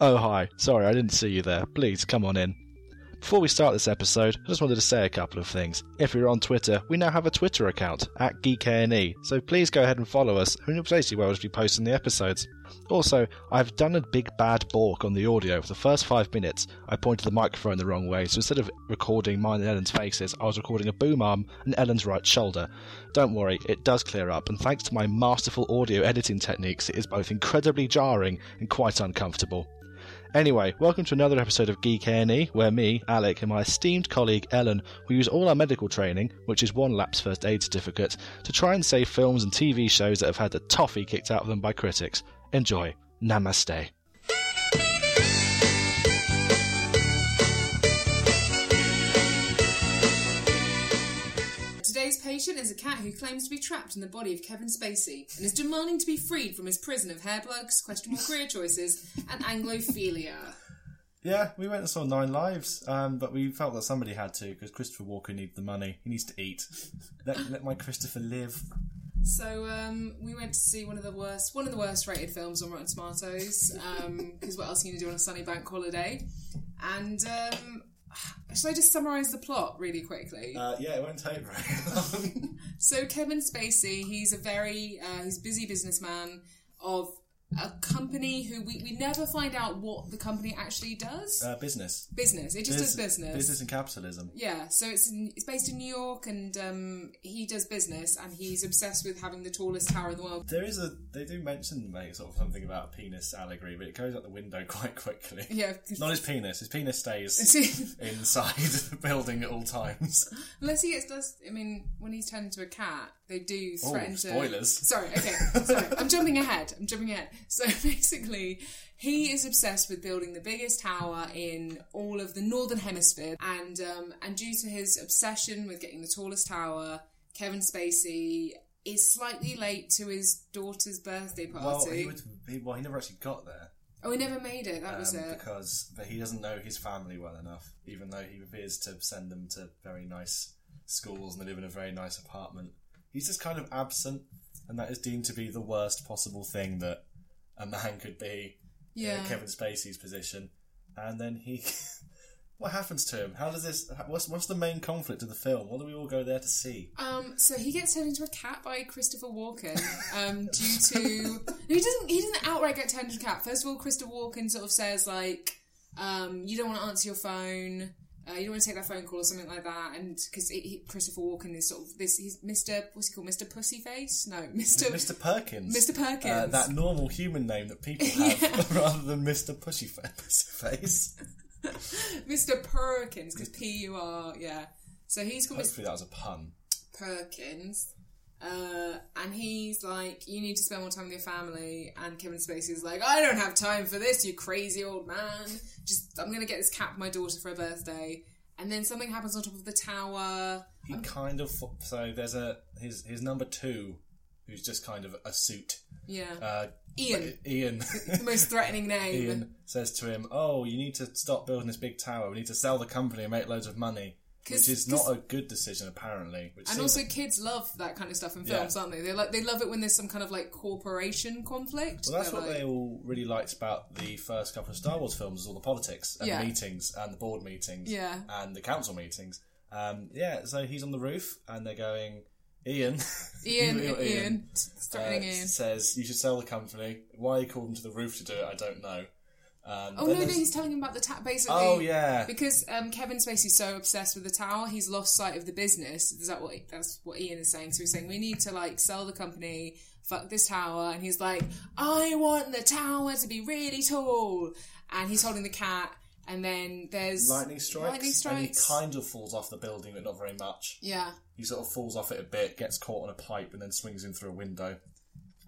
Oh, hi. Sorry, I didn't see you there. Please come on in. Before we start this episode, I just wanted to say a couple of things. If you're on Twitter, we now have a Twitter account at GeekANE, so please go ahead and follow us, and you'll basically where we'll be posting the episodes. Also, I've done a big bad balk on the audio for the first five minutes. I pointed the microphone the wrong way, so instead of recording mine and Ellen's faces, I was recording a boom arm and Ellen's right shoulder. Don't worry, it does clear up, and thanks to my masterful audio editing techniques, it is both incredibly jarring and quite uncomfortable. Anyway, welcome to another episode of Geek A&E, where me, Alec, and my esteemed colleague Ellen will use all our medical training, which is one lap's first aid certificate, to try and save films and TV shows that have had the toffee kicked out of them by critics. Enjoy. Namaste. Today's patient is a cat who claims to be trapped in the body of Kevin Spacey and is demanding to be freed from his prison of hair plugs, questionable career choices, and Anglophilia. Yeah, we went and saw Nine Lives, um, but we felt that somebody had to because Christopher Walker needs the money. He needs to eat. Let, let my Christopher live. So um, we went to see one of the worst, one of the worst rated films on Rotten Tomatoes. Because what else are you going to do on a sunny bank holiday? And um, shall I just summarise the plot really quickly? Uh, yeah, it won't take very long. So Kevin Spacey, he's a very uh, he's a busy businessman of a company who we, we never find out what the company actually does. uh, business. business. It just does business. Business and capitalism. Yeah, so it's in, it's based in New York, and um, he does business, and he's obsessed with having the tallest tower in the world. There is a. They do mention like sort of something about a penis allegory, but it goes out the window quite quickly. Yeah, Not his penis. His penis stays inside the building at all times. unless he gets does. I mean, when he's turned into a cat, they do threaten to. Oh, spoilers. Sorry, okay, sorry. I'm jumping ahead. I'm jumping ahead. So basically, he is obsessed with building the biggest tower in all of the northern hemisphere, and um, and due to his obsession with getting the tallest tower, Kevin Spacey is slightly late to his daughter's birthday party. Well, he would. He, well, he never actually got there. Oh, he never made it. That was um, it. because but he doesn't know his family well enough, even though he appears to send them to very nice schools and they live in a very nice apartment. He's just kind of absent, and that is deemed to be the worst possible thing that a man could be Yeah. in uh, Kevin Spacey's position. And then he, what happens to him? How does this? What's what's the main conflict of the film? What do we all go there to see? Um, so he gets turned into a cat by Christopher Walken um, due to no, he doesn't he doesn't outright get turned into a cat. First of all, Christopher Walken sort of says like um, you don't want to answer your phone, uh, you don't want to take that phone call or something like that, and because Christopher Walken is sort of this he's Mister what's he called Mister Pussyface? No, Oh, Mister Mr. Perkins. Mr. Perkins. Uh, that normal human name that people have, rather than Mr. Pushyfa- Pussyface. Mister Perkins because P U R yeah. So he's called Mr. Hopefully that was a pun. Perkins, uh, and he's like, "You need to spend more time with your family." And Kevin Spacey's like, "I don't have time for this, you crazy old man. Just I'm gonna get this cat for my daughter for her birthday." And then something happens on top of the tower. He kind of fo- so there's a his his number two, who's just kind of a suit. Yeah, Uh, Ian, Ian, the most threatening name. Ian says to him, "Oh, you need to stop building this big tower. We need to sell the company and make loads of money." 'Cause- Which is not a good decision, apparently. Which And seems- also, kids love that kind of stuff in Yeah. films, aren't they? They like they love it when there's some kind of like corporation conflict. well, that's They're what like- they all really liked about the first couple of Star Wars films: is all the politics and Yeah. the meetings and the board meetings Yeah. and the council meetings. Um, yeah, so he's on the roof, and they're going, "Ian, Ian, you- Ian, you're Ian. Uh, threatening Ian. says you should sell the company. Why he called him to the roof to do it, I don't know. Um, then Oh no, no, there's- he's telling him about the tower. Basically, Oh, yeah. because um, Kevin Spacey's so obsessed with the tower, he's lost sight of the business. Is that what that's what Ian is saying? So he's saying we need to like sell the company, fuck this tower, and he's like, I want the tower to be really tall, and he's holding the cat, and then there's lightning strikes. lightning strikes. And he kind of falls off the building, but not very much. yeah, He sort of falls off it a bit, gets caught on a pipe, and then swings in through a window.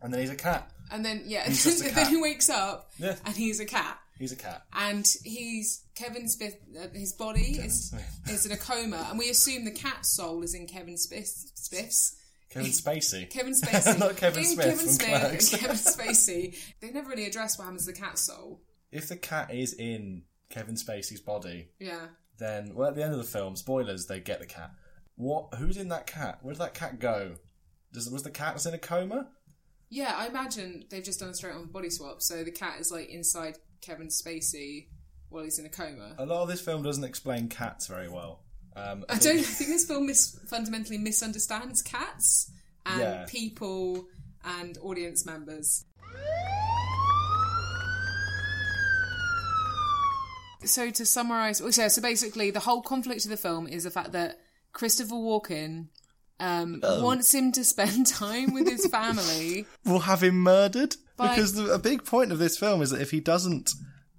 And then he's a cat. and then yeah, He's just a then cat. he wakes up Yeah. and he's a cat. He's a cat. and he's Kevin Smith. Uh, his body is Smith. is in a coma, and we assume the cat's soul is in Kevin Smith, Smith's. Kevin Spacey. Kevin Spacey, Not Kevin Being Smith Kevin from Smith and Clerks. Kevin Spacey. They never really address what happens to the cat's soul. if the cat is in Kevin Spacey's body, Yeah, then well, at the end of the film, spoilers, they get the cat. What? Who's in that cat? Where did that cat go? Does, was the cat was in a coma? yeah. I imagine they've just done a straight on body swap, so the cat is like inside Kevin Spacey while he's in a coma. A lot of this film doesn't explain cats very well. Um, I don't I think this film mis- fundamentally misunderstands cats and Yeah. people and audience members. So to summarize, oh, so, so basically, the whole conflict of the film is the fact that Christopher Walken um, wants him to spend time with his family. We'll have him murdered By- because the, a big point of this film is that if he doesn't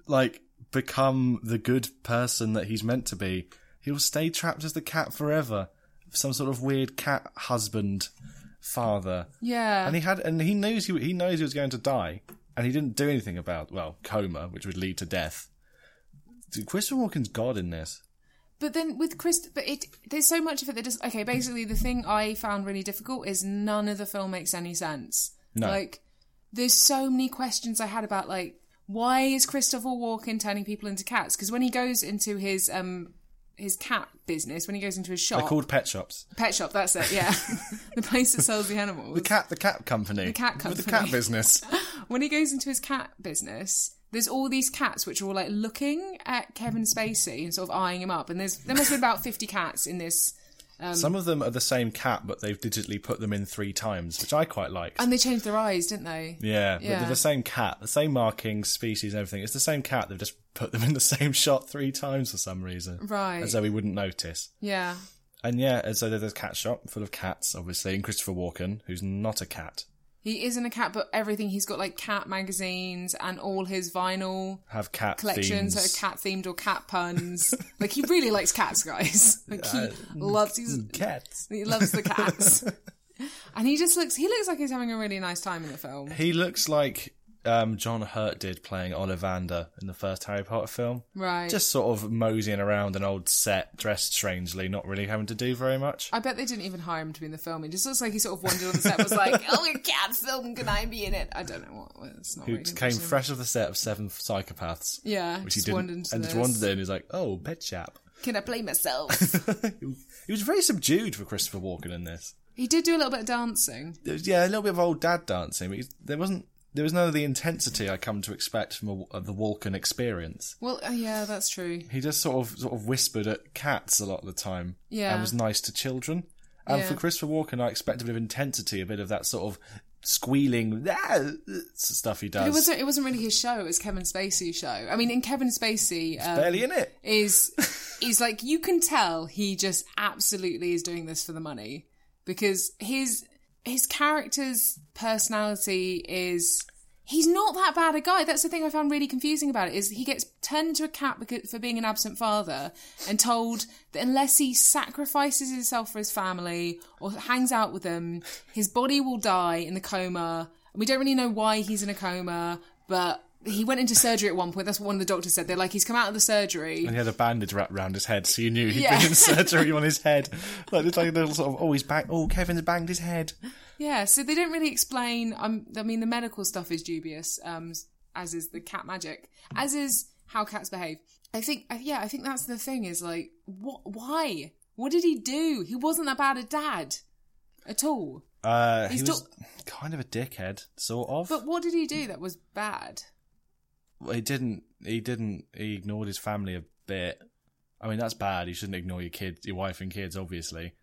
like become the good person that he's meant to be, he'll stay trapped as the cat forever. Some sort of weird cat husband, father. yeah, and he had and he knows he he knows he was going to die and he didn't do anything about well coma which would lead to death Dude, christopher walken's god in this But then with Chris, but it there's so much of it that does. Okay, basically the thing I found really difficult is none of the film makes any sense. No. like there's so many questions I had about like why is Christopher Walken turning people into cats? Because when he goes into his um his cat business, when he goes into his shop, they're called pet shops pet shop, that's it, yeah, the place that sells the animals. the cat the cat company the cat with the cat company. business when he goes into his cat business, there's all these cats which are all like looking at Kevin Spacey and sort of eyeing him up. And there's there must have been about fifty cats in this. some of them are the same cat but they've digitally put them in three times which i quite like And they changed their eyes, didn't they? yeah, but Yeah. they're the same cat, the same markings, species, and everything. It's the same cat. They've just put them in the same shot three times for some reason, Right. As though we wouldn't notice. Yeah. And yeah, and so there's a cat shop full of cats, obviously, and Christopher Walken, who's not a cat, He isn't a cat, but everything he's got like cat magazines and all his vinyl have cat collections themes. that are cat themed or cat puns. like he really likes cats, guys. Like he loves he's, Mm. cats. he loves the cats. and he just looks he looks like he's having a really nice time in the film. He looks like um, John Hurt did playing Ollivander in the first Harry Potter film. Right. Just sort of moseying around an old set, dressed strangely, not really having to do very much. I bet they didn't even hire him to be in the film. It just looks like he sort of wandered on the set and was like, Oh a cat film, can I be in it? I don't know what it's not Who really came impressive. fresh off the set of Seven Psychopaths. Yeah, Which just he didn't, wandered into and this. just wandered in. He's like, "Oh, pet chap." Can I play myself? He was very subdued for Christopher Walken in this. he did do a little bit of dancing. There was, yeah, a little bit of old dad dancing, but he- there wasn't, there was none of the intensity I come to expect from a, of the Walken experience. Well, uh, yeah, that's true. he just sort of sort of whispered at cats a lot of the time. Yeah. And was nice to children. And Yeah. for Christopher Walken, I expect a bit of intensity, a bit of that sort of squealing "Ah!" stuff he does. It wasn't. It wasn't really his show. It was Kevin Spacey's show. I mean, in Kevin Spacey uh, barely in it. is is like you can tell he just absolutely is doing this for the money because his his character's personality is he's not that bad a guy. That's the thing I found really confusing about it is he gets turned into a cat because, for being an absent father and told that unless he sacrifices himself for his family or hangs out with them, his body will die in the coma. And we don't really know why he's in a coma, but he went into surgery at one point. That's what one of the doctors said. They're like, he's come out of the surgery. And he had a bandage wrapped around his head, so you knew he had Yeah. been in surgery on his head. Like it's like a little sort of oh he's bang oh Kevin's banged his head. Yeah, so they don't really explain. Um, I mean, the medical stuff is dubious, um, as is the cat magic, as is how cats behave. I think, I- yeah, I think that's the thing is like, what? Why? What did he do? He wasn't that bad a dad at all. Uh, He's he was kind of a dickhead, sort of. But what did he do that was bad? Well, he didn't. He didn't. He ignored his family a bit. I mean, that's bad. You shouldn't ignore your kids, your wife and kids, obviously.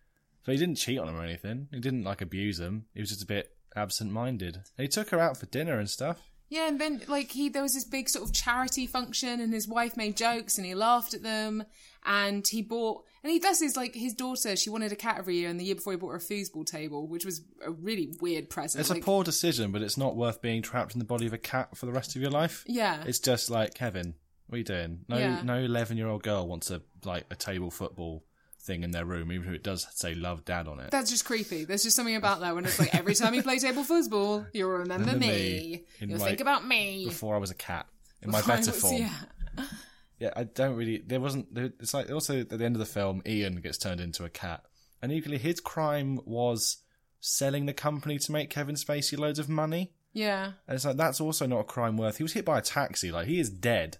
But he didn't cheat on them or anything. He didn't like abuse them. He was just a bit absent-minded. And he took her out for dinner and stuff. Yeah, and then like he there was this big sort of charity function, and his wife made jokes, and he laughed at them, and he bought and he does his like his daughter. She wanted a cat every year, and the year before he bought her a foosball table, which was a really weird present. It's like- a poor decision, but it's not worth being trapped in the body of a cat for the rest of your life. Yeah. It's just like Kevin. What are you doing? No, Yeah. no eleven-year-old girl wants a like a table football thing in their room, even if it does say "Love Dad" on it. That's just creepy. There's just something about that when it's like every time you play table foosball, you'll remember Remember me. me. In You'll my- think about me. Before I was a cat, in my I better was- form. Yeah. yeah, I don't really. There wasn't. There, it's like also at the end of the film, Ian gets turned into a cat, and equally his crime was selling the company to make Kevin Spacey loads of money. Yeah. And it's like that's also not a crime worth. He was hit by a taxi. Like he is dead,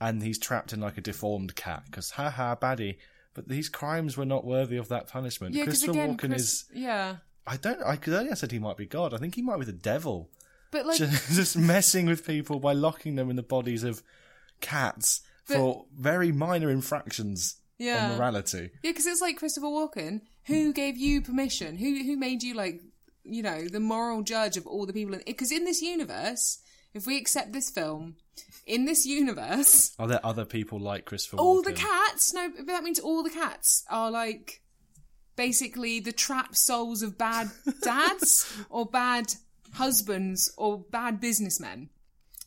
and he's trapped in like a deformed cat. Because haha, baddie. But these crimes were not worthy of that punishment. Yeah, because Christopher again, Walken Chris- is. yeah. I don't. I 'cause earlier I said he might be God. I think he might be the devil. But like, just messing with people by locking them in the bodies of cats But- for very minor infractions on yeah, yeah, morality. because it's like Christopher Walken. Who gave you permission? Who who made you like, you know, the moral judge of all the people? Because in this universe, if we accept this film, in this universe, Are there other people like Christopher all Walken? Oh, the cats. No, but that means all the cats are like basically the trapped souls of bad dads or bad husbands or bad businessmen,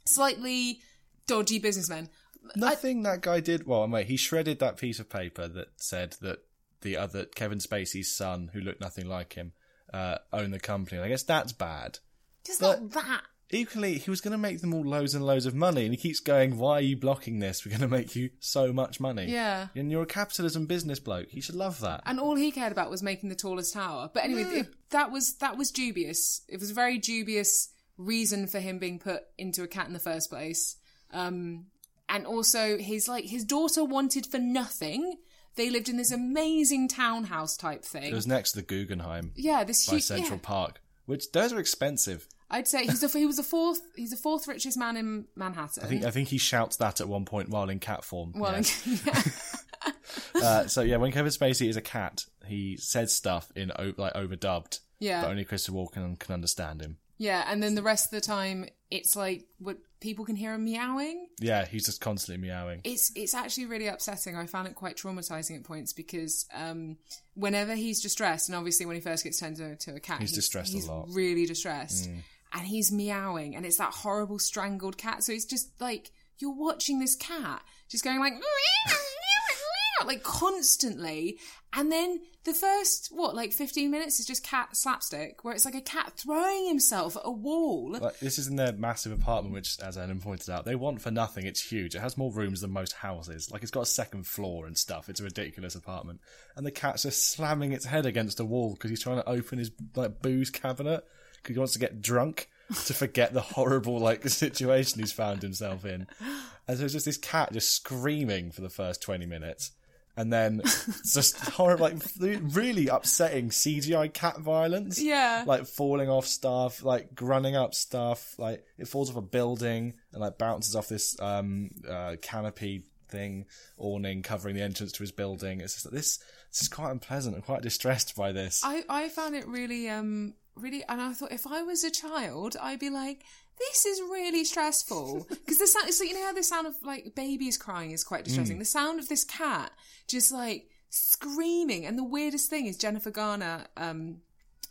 slightly dodgy businessmen. Nothing that guy did. Well, mate, he shredded that piece of paper that said that the other Kevin Spacey's son, who looked nothing like him, uh, owned the company. And I guess that's bad. Just But- not that. Equally, he was going to make them all loads and loads of money, and he keeps going, "Why are you blocking this? We're going to make you so much money." Yeah. and you're a capitalism business bloke. You should love that. And all he cared about was making the tallest tower. But anyway, it- that was that was dubious. It was a very dubious reason for him being put into a cat in the first place. Um, and also his like his daughter wanted for nothing. They lived in this amazing townhouse type thing. It was next to the Guggenheim yeah, this by huge. Central yeah. Park, which those are expensive. I'd say he's a, he was the fourth. He's the fourth richest man in Manhattan. I think uh, I think he shouts that at one point while in cat form. well, Yeah. Uh, so yeah, when Kevin Spacey is a cat, he says stuff in o- like overdubbed, yeah. but only Christopher Walken can understand him. yeah, and then the rest of the time, it's like what people can hear him meowing. Yeah, he's just constantly meowing. It's it's actually really upsetting. I found it quite traumatizing at points because um, whenever he's distressed, and obviously when he first gets turned into a cat, He's distressed a he's lot. Mm. Really distressed, and he's meowing, and it's that horrible strangled cat. So it's just like you're watching this cat just going like like constantly, and then the first what like 15 minutes is just cat slapstick, where it's like a cat throwing himself at a wall. Like this is in their massive apartment, which, as Ellen pointed out, they want for nothing. It's huge. It has more rooms than most houses. Like it's got a second floor and stuff. It's a ridiculous apartment. And the cat's just slamming its head against a wall because he's trying to open his like booze cabinet because he wants to get drunk to forget the horrible like situation he's found himself in. And so it's just this cat just screaming for the first twenty minutes. And then it's just horrible, like really upsetting CGI cat violence yeah, like falling off stuff, like grunting up stuff, like it falls off a building and like bounces off this um uh, canopy thing awning covering the entrance to his building. It's just like this. This is quite unpleasant. I'm quite distressed by this. I, I found it really um really and I thought if I was a child I'd be like this is really stressful because the sound so you know how the sound of like babies crying is quite Mm. distressing the sound of this cat just like screaming and the weirdest thing is Jennifer Garner um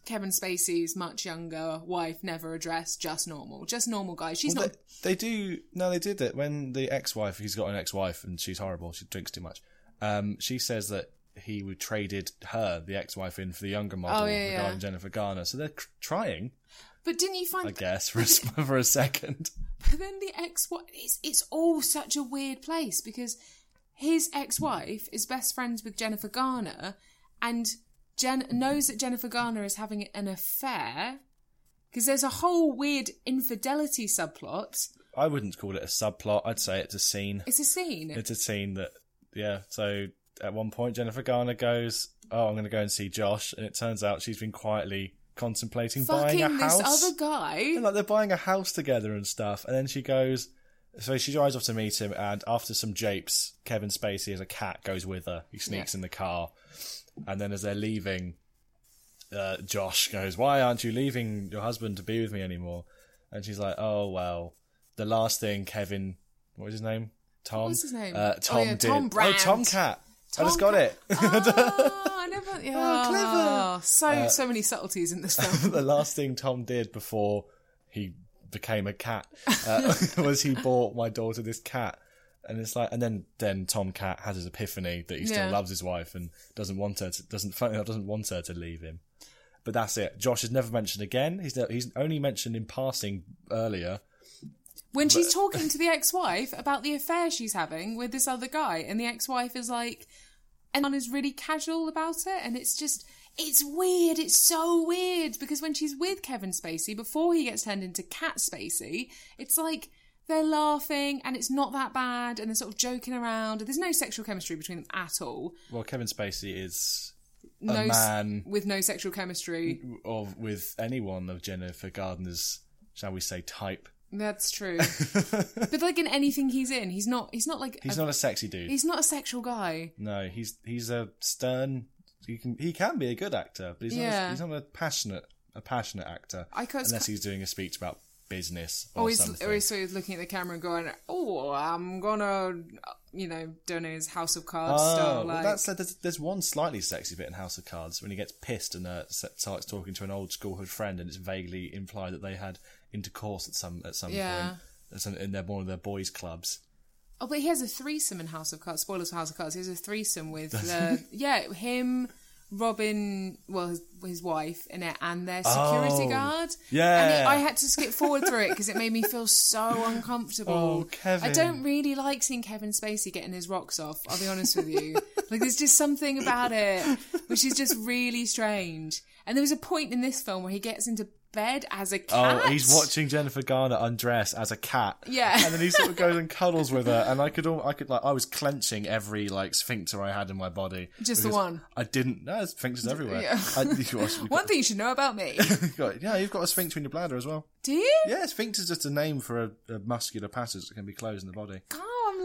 Kevin Spacey's much younger wife never addressed just normal just normal guy she's Well, not they, they do. No, they did it when the ex-wife. He's got an ex-wife, and she's horrible. She drinks too much. Um, she says that he would traded her, the ex-wife, in for the younger model Oh, yeah, yeah. regarding Jennifer Garner. So they're cr- trying, but didn't you find I guess, for a, s- for a second. But then the ex wife, it's, it's all such a weird place because his ex wife is best friends with Jennifer Garner and Jen knows that Jennifer Garner is having an affair because there's a whole weird infidelity subplot. I wouldn't call it a subplot. I'd say it's a scene. It's a scene. It's a scene that, yeah. So at one point, Jennifer Garner goes, "Oh, I'm going to go and see Josh," and it turns out she's been quietly contemplating buying Fucking a this house. other guy. Yeah, like they're buying a house together and stuff, and then she goes. So she drives off to meet him, and after some japes, Kevin Spacey as a cat goes with her. He sneaks Yeah. in the car, and then as they're leaving, uh, Josh goes, "Why aren't you leaving your husband to be with me anymore?" And she's like, "Oh well, the last thing Kevin, what was his name? Tom. was his name? Uh, Oh, Tom yeah, did. Tom oh, Brand. Tom Cat. I Tom just got Cat. it. oh, I never. Yeah. clever. Uh, So, so many subtleties in this film. the last thing Tom did before he became a cat uh, was he bought my daughter this cat. And it's like, and then then Tom Cat has his epiphany that he still Yeah. loves his wife and doesn't want her to, doesn't funny enough, doesn't want her to leave him. But that's it. Josh is never mentioned again. He's ne- he's only mentioned in passing earlier. When she's talking to the ex-wife about the affair she's having with this other guy, and the ex-wife is like, and one is really casual about it, and it's just, it's weird. It's so weird because when she's with Kevin Spacey before he gets turned into Cat Spacey, it's like they're laughing and it's not that bad, and they're sort of joking around. There's no sexual chemistry between them at all. Well, Kevin Spacey is No s- man. with no sexual chemistry. of with anyone of Jennifer Gardener's shall we say, type. That's true. but like in anything he's in, he's not. He's not like. He's a, not a sexy dude. he's not a sexual guy. No, he's he's a stern. He can he can be a good actor, but he's not a, Yeah. he's not a passionate a passionate actor I can't- unless he's doing a speech about business or Or he's, something. or he's sort of looking at the camera and going, "Oh, I'm gonna," you know, don't know his House of Cards Oh, stuff. well, Like, that's there's, there's one slightly sexy bit in House of Cards when he gets pissed and uh, s- starts talking to an old schoolhood friend, and it's vaguely implied that they had intercourse at some at some Yeah. point. That's in- in their one of their boys' clubs. Oh, but he has a threesome in House of Cards. Spoilers for House of Cards. He has a threesome with uh, yeah him, Robin, well his, his wife in it, and their security Oh, guard. yeah. and it, I had to skip forward through it because it made me feel so uncomfortable. Oh, Kevin. I don't really like seeing Kevin Spacey getting his rocks off. I'll be honest with you. like there's just something about it which is just really strange. And there was a point in this film where he gets into bed as a cat. Oh, he's watching Jennifer Garner undress as a cat. Yeah. and then he sort of goes and cuddles with her, and I could, all, I could like, I was clenching every like sphincter I had in my body. Just the because one? I didn't. No, there's sphincters everywhere. Yeah. I- you've got- you've One thing you should know about me. got- yeah, you've got a sphincter in your bladder as well. Do you? Yeah, sphincter's just a name for a, a muscular passage that can be closed in the body. Oh, I'm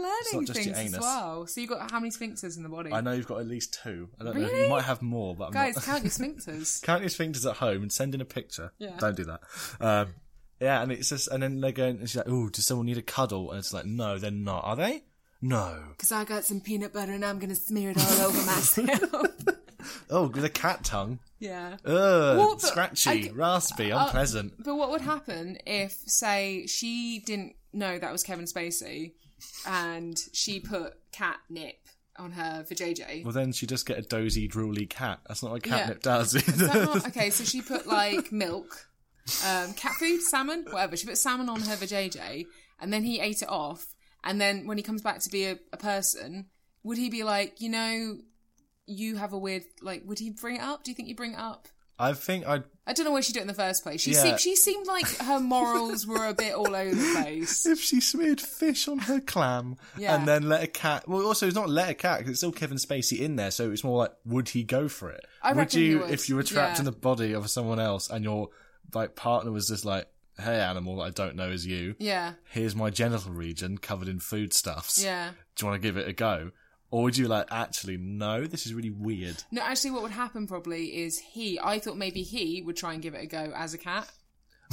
not learning just your things as anus. well. So you've got how many sphincters in the body? I know you've got at least two. I don't know. You Really? might have more, but I'm Guys, not. count your sphincters. count your sphincters at home and send in a picture. Yeah. Don't do that. Um, yeah, and it's just, and then they're going, and she's like, "Oh, does someone need a cuddle?" And it's like, "No, they're not. Are they? No. Because I got some peanut butter and I'm going to smear it all over myself. Oh, with a cat tongue. yeah. Ugh, Well, but scratchy, I- uh, raspy, unpleasant. But what would happen if, say, she didn't know that was Kevin Spacey and she put catnip on her vajayjay? well, then she just get a dozy, drooly cat. That's not what Yeah. catnip does. Either. Oh, okay, so she put like milk, um, cat food, salmon, whatever. She put salmon on her vajayjay, and then he ate it off. And then when he comes back to be a, a person, would he be like, you know, you have a weird like? Would he bring it up? Do you think you bring it up? I think I'd I don't know why she did it in the first place. She Yeah. seemed she seemed like her morals were a bit all over the place. if she smeared fish on her clam Yeah. and then let a cat. Well, also it's not let a cat because it's still Kevin Spacey in there, so it's more like would he go for it? I would reckon he you would, if you were trapped yeah. in the body of someone else and your like partner was just like, "Hey, animal that I don't know is you. Yeah, Here's my genital region covered in foodstuffs. yeah. Do you want to give it a go?" Or would you like actually no? This is really weird. No, actually, what would happen probably is he. I thought maybe he would try and give it a go as a cat,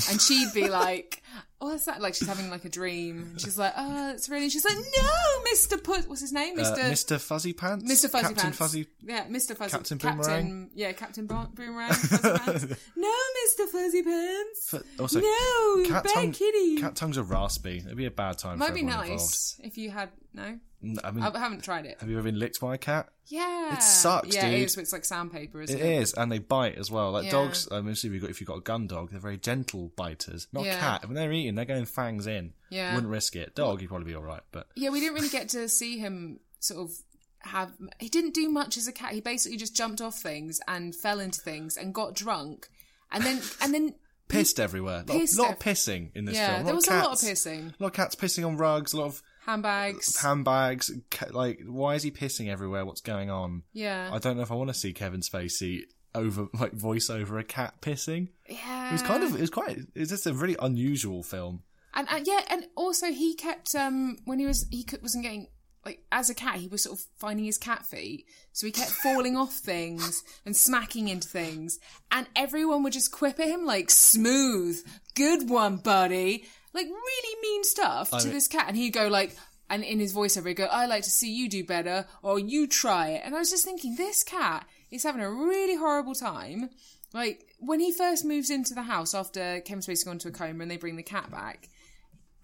and she'd be like, "Oh, what's that?" Like she's having like a dream. And she's like, "Oh, it's really." She's like, "No, Mister Put. What's his name, Uh, Mister Mr. Fuzzy Pants, Mister Fuzzy Captain Pants? Fuzzy. Yeah, Mister Fuzzy. Captain Boomerang? yeah, Captain Bo- Boomerang. Fuzzy Pants. No, Mister Fuzzy Pants. Fu- Also, no, cat, bad tongue, kitty. cat tongues are raspy. It'd be a bad time. for Might be everyone nice if you had no. involved. I mean, I haven't tried it. Have you ever been licked by a cat? Yeah, Mm. It sucks, Yeah, dude. it is. It's like sandpaper, isn't It it? is, and they bite as well. Like Yeah. dogs, I mean, if you've got if you've got a gun dog, they're very gentle biters. Not a Yeah. cat. When they're eating, they're going fangs in. Yeah. Wouldn't risk it. Dog, you'd probably be all right. But Yeah, we didn't really get to see him sort of have. He didn't do much as a cat. He basically just jumped off things and fell into things and got drunk, and then and then pissed everywhere. A lot, Pissed lot of ev- pissing in this yeah, film. there was cats, a lot of pissing, A lot of cats pissing on rugs. A lot of handbags. handbags. Ca- like, why is he pissing everywhere? What's going on? yeah, I don't know if I want to see Kevin Spacey over like voice over a cat pissing. yeah. It was kind of it was quite. It's just a really unusual film. and, and yeah, and also he kept um when he was he cou- wasn't getting. Like as a cat, he was sort of finding his cat feet, so he kept falling off things and smacking into things, and everyone would just quip at him like "smooth, good one, buddy," like really mean stuff to mean- this cat, and he'd go like, and in his voiceover, he'd go, "I like to see you do better, or you try it," and I was just thinking, this cat is having a really horrible time. Like when he first moves into the house after Kevin Spacey's gone to a coma and they bring the cat back,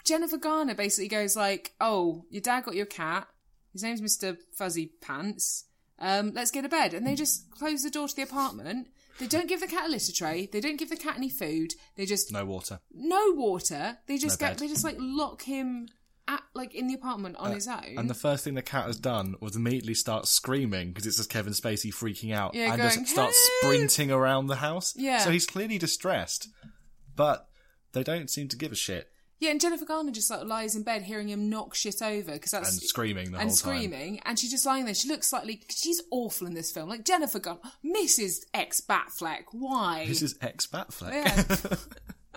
Jennifer Garner basically goes like, "Oh, your dad got your cat. His name's Mister Fuzzy Pants. Um, let's get a bed." And they just close the door to the apartment. They don't give the cat a litter tray. They don't give the cat any food. They just No water. no water. They just No get bed. Uh, they just like lock him at like in the apartment on his own. And the first thing the cat has done was immediately start screaming because it's just Kevin Spacey freaking out Yeah, and going, just starts "Help!" sprinting around the house. Yeah. So he's clearly distressed, but they don't seem to give a shit yeah, and Jennifer Garner just like lies in bed hearing him knock shit over because and that's screaming the and whole time. screaming, and she's just lying there. She looks slightly. She's awful in this film. Like Jennifer Gunn, Mrs. X Batfleck. Why? This is ex Batfleck.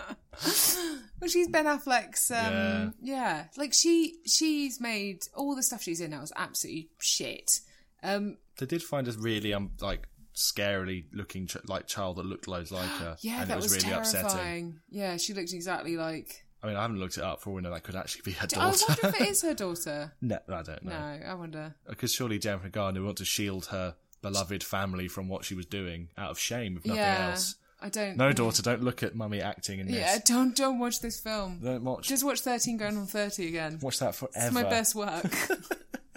Yeah. Well, she's Ben Affleck's. Um, Yeah. yeah. like she she's made all the stuff she's in now is absolutely shit. Um, They did find a really um like scarily looking ch- like child that looked loads like her. yeah, and that it was, really terrifying. upsetting. Yeah, she looked exactly like. I mean, I haven't looked it up for all we know that could actually be her I wonder daughter. if it is her daughter. no, I don't No, know. I wonder. Because surely Jennifer Garner would want to shield her beloved family from what she was doing out of shame, if nothing yeah, else. I don't. No, daughter, don't look at mummy acting in this. Yeah, don't don't watch this film. Don't watch Just watch Thirteen Going on Thirty again. watch that forever. It's my best work.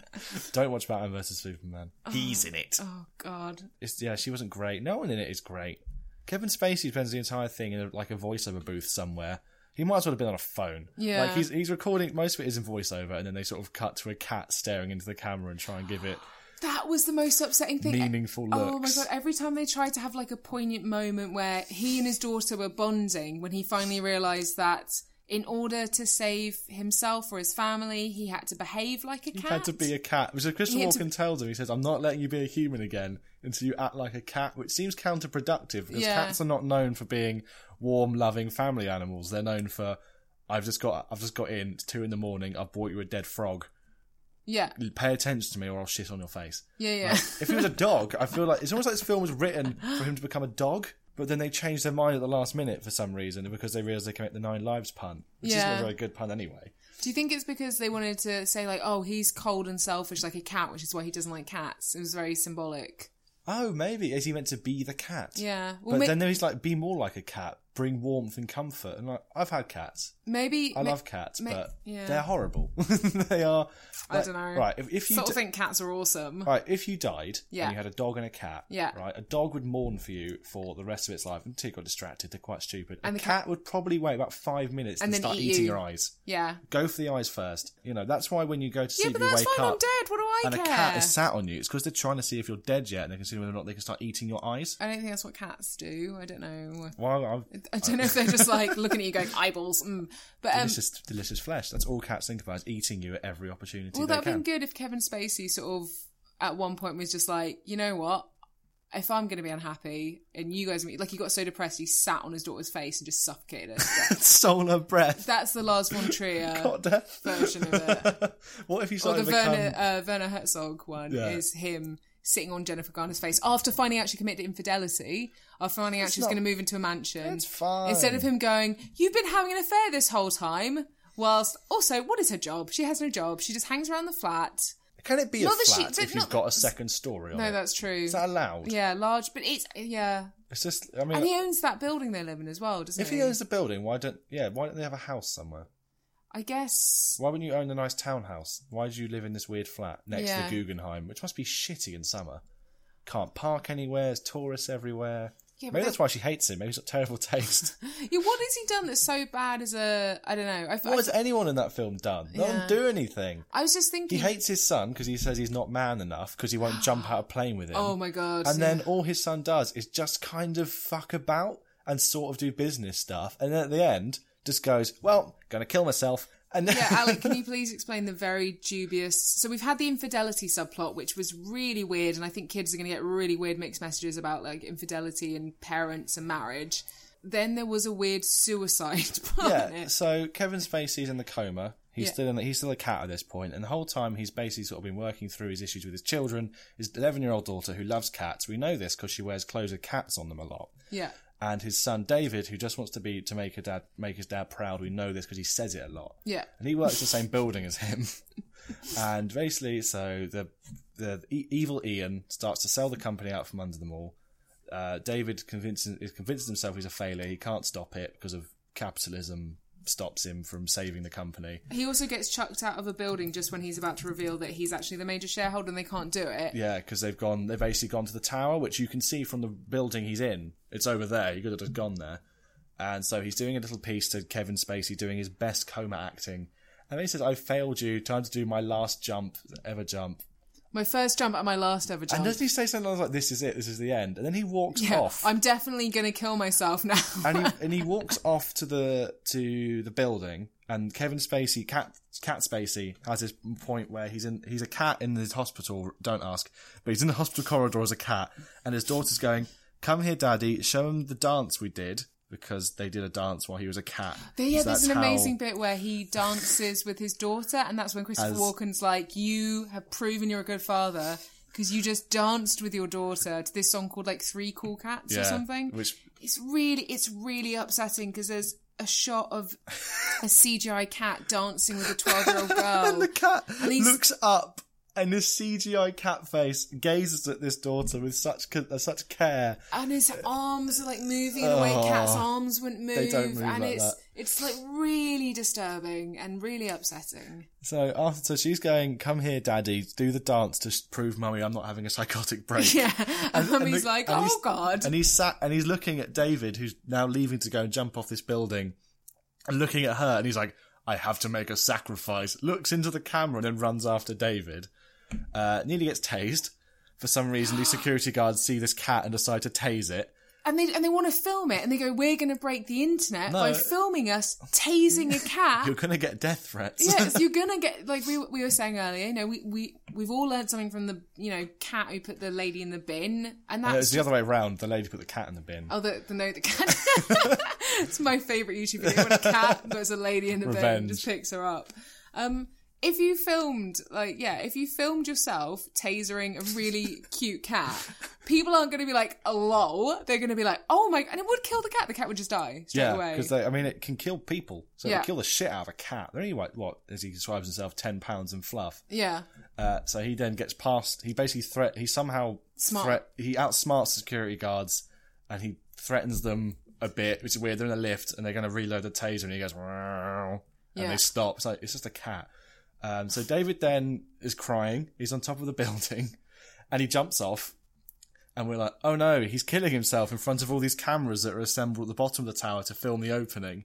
Don't watch Batman versus Superman. He's in it. oh God. It's, yeah, she wasn't great. No one in it is great. Kevin Spacey spends the entire thing in a, like a voiceover booth somewhere. He might as well have been on a phone. Yeah. like he's he's recording. Most of it is in voiceover, and then they sort of cut to a cat staring into the camera and try and give it That was the most upsetting thing. meaningful Oh my looks. god! Every time they tried to have like a poignant moment where he and his daughter were bonding, when he finally realised that in order to save himself or his family, he had to behave like a He cat. had to be a cat. Which is Christopher He had to- Walken tells him, he says, "I'm not letting you be a human again until you act like a cat," which seems counterproductive because Yeah. cats are not known for being warm, loving family animals. They're known for, "I've just got, I've just got in. It's two in the morning. I've bought you a dead frog. yeah, Pay attention to me, or I'll shit on your face." yeah, yeah. If he was a dog, I feel like it's almost like this film was written for him to become a dog, but then they changed their mind at the last minute for some reason because they realised they can make the nine lives pun, which isn't Yeah. a very good pun anyway. Do you think it's because they wanted to say like, "Oh, he's cold and selfish like a cat," which is why he doesn't like cats? It was very symbolic. Oh, maybe is he meant to be the cat? Yeah. But Well, ma- then he's like, be more like a cat, bring warmth and comfort. And like, I've had cats. maybe I ma- love cats, ma- but yeah. they're horrible. they are. I don't know. Right, if, if you Sort di- of think cats are awesome. right, if you died Yeah. and you had a dog and a cat, Yeah. right, a dog would mourn for you for the rest of its life until it got distracted. They're quite stupid. And a the cat, cat- would probably wait about five minutes And and, then start eat eating you. your eyes. Yeah. Go for the eyes first. You know that's why when you go to Yeah, sleep, but you that's wake fine. up. I'm dead. What do I and care? a cat is sat on you. It's because they're trying to see if you're dead yet, and they can see whether or not they can start eating your eyes. I don't think that's what cats do. I don't know. Well, I'm, I don't know if they're just like looking at you going eyeballs. Mm. But um, delicious, delicious flesh. That's all cats think about is eating you at every opportunity well, they that'd can. been good if Kevin Spacey sort of at one point was just like, you know what? If I'm going to be unhappy and you guys, like, he got so depressed he sat on his daughter's face and just suffocated her. Stole her breath. That's the Lars von Trier Got death. version of it. what if you Or started the to become? Werner, uh, Werner Herzog one Yeah. is him sitting on Jennifer Garner's face after finding out she committed infidelity, after finding out she's not- going to move into a mansion. That's fine. um, Instead of him going, You've been having an affair this whole time. Whilst also, what is her job? She has no job. She just hangs around the flat. can it be a Not that she- flat that- if you've not- got a second story on No, it? that's true. Is that allowed? yeah, large, but it's yeah. It's just. I And he mean, owns that building they live in as well, doesn't if he owns the building, why don't? Yeah, why don't they have a house somewhere? I guess. Why wouldn't you own a nice townhouse? Why do you live in this weird flat next Yeah. to the Guggenheim, which must be shitty in summer? Can't park anywhere. There's tourists everywhere. Yeah, but Maybe that- that's why she hates him. Maybe he's got terrible taste. Yeah, what has he done that's so bad as a? I don't know. I, What has anyone in that film done? They Yeah. don't do anything. I was just He thinking. hates his son because he says he's not man enough because he won't jump out of plane with him. oh my god! and then all his son does is just kind of fuck about and sort of do business stuff. And then at the end, just goes, well, gonna kill myself. And then, yeah, Alec, can you please explain the very dubious? So we've had the infidelity subplot, which was really weird, and I think kids are going to get really weird mixed messages about like infidelity and parents and marriage. Then there was a weird suicide part. in yeah. it. So Kevin Spacey's in the coma. He's Yeah. still in. The, he's still a cat at this point, and the whole time he's basically sort of been working through his issues with his children. His eleven-year-old daughter who loves cats. We know this because she wears clothes with cats on them a lot. yeah. and his son David, who just wants to be to make her dad make his dad proud. We know this because he says it a lot, Yeah. and he works in the same building as him. and basically, so the the e- evil Ian starts to sell the company out from under them all. Uh, David convinces is convinces himself he's a failure. He can't stop it because of capitalism stops him from saving the company. He also gets chucked out of a building just when he's about to reveal that he's actually the major shareholder and they can't do it. Yeah, because they've gone. They've basically gone to the tower, which you can see from the building he's in. It's over there. You could have just gone there. And so he's doing a little piece to Kevin Spacey, doing his best coma acting. And then he says, "I failed you. Time to do my last jump, ever jump." My first jump at my last ever jump. And doesn't he say something like, "This is it. This is the end"? And then he walks yeah, off. I'm definitely going to kill myself now. and he and he walks off to the to the building. And Kevin Spacey, cat cat Spacey, has this point where he's in he's a cat in his hospital. Don't ask, but he's in the hospital corridor as a cat, and his daughter's going, "Come here, daddy, show him the dance we did." because they did a dance while he was a cat. But yeah, So there's that's an how- amazing bit where he dances with his daughter, and that's when Christopher As- Walken's like, "You have proven you're a good father because you just danced with your daughter to this song called like Three Cool Cats yeah, or something." Which It's really, it's really upsetting because there's a shot of a CGI cat dancing with a 12 year old girl. the cat he's- looks up and this CGI cat face gazes at this daughter with such ca- uh, such care. and his arms are like moving in a way cat's arms wouldn't move, Oh, don't move and like it's that. it's like really disturbing and really upsetting. So after, so she's going, "Come here, daddy, do the dance to s- prove mummy I'm not having a psychotic break." Yeah, and, And he's the- like, and "Oh he's- God." And he's sat and he's looking at David, who's now leaving to go and jump off this building, and looking at her, and he's like, I have to make a sacrifice. Looks into the camera and then runs after David. Uh, nearly gets tased. For some reason, these security guards see this cat and decide to tase it. and they and they want to film it, and they go, "We're going to break the internet No. by filming us tasing a cat." You're gonna get death threats. yes, you're gonna get like we we were saying earlier. You know, we we we've all learned something from the you know cat who put the lady in the bin, and No, it's that's the other way around. The lady put the cat in the bin. Oh, the, the no, the cat. it's my favourite YouTube video when a cat there's a lady in the bed and Revenge. just picks her up. Um, if you filmed, like, yeah, if you filmed yourself tasering a really cute cat, people aren't going to be like, lol. They're going to be like, oh my, and it would kill the cat. The cat would just die straight yeah, away. because I mean, it can kill people. So Yeah. it'll kill the shit out of a cat. They're only like what, as he describes himself, ten pounds in fluff. yeah. Uh, so he then gets past. He basically threat. He somehow Smart. threat. He outsmarts security guards, and he threatens them a bit, which is weird. They're in a lift, and they're going to reload the taser, and he goes, "Wow," and Yeah. they stop. It's like it's just a cat. Um, so David then is crying. He's on top of the building, and he jumps off. And we're like, oh no, he's killing himself in front of all these cameras that are assembled at the bottom of the tower to film the opening.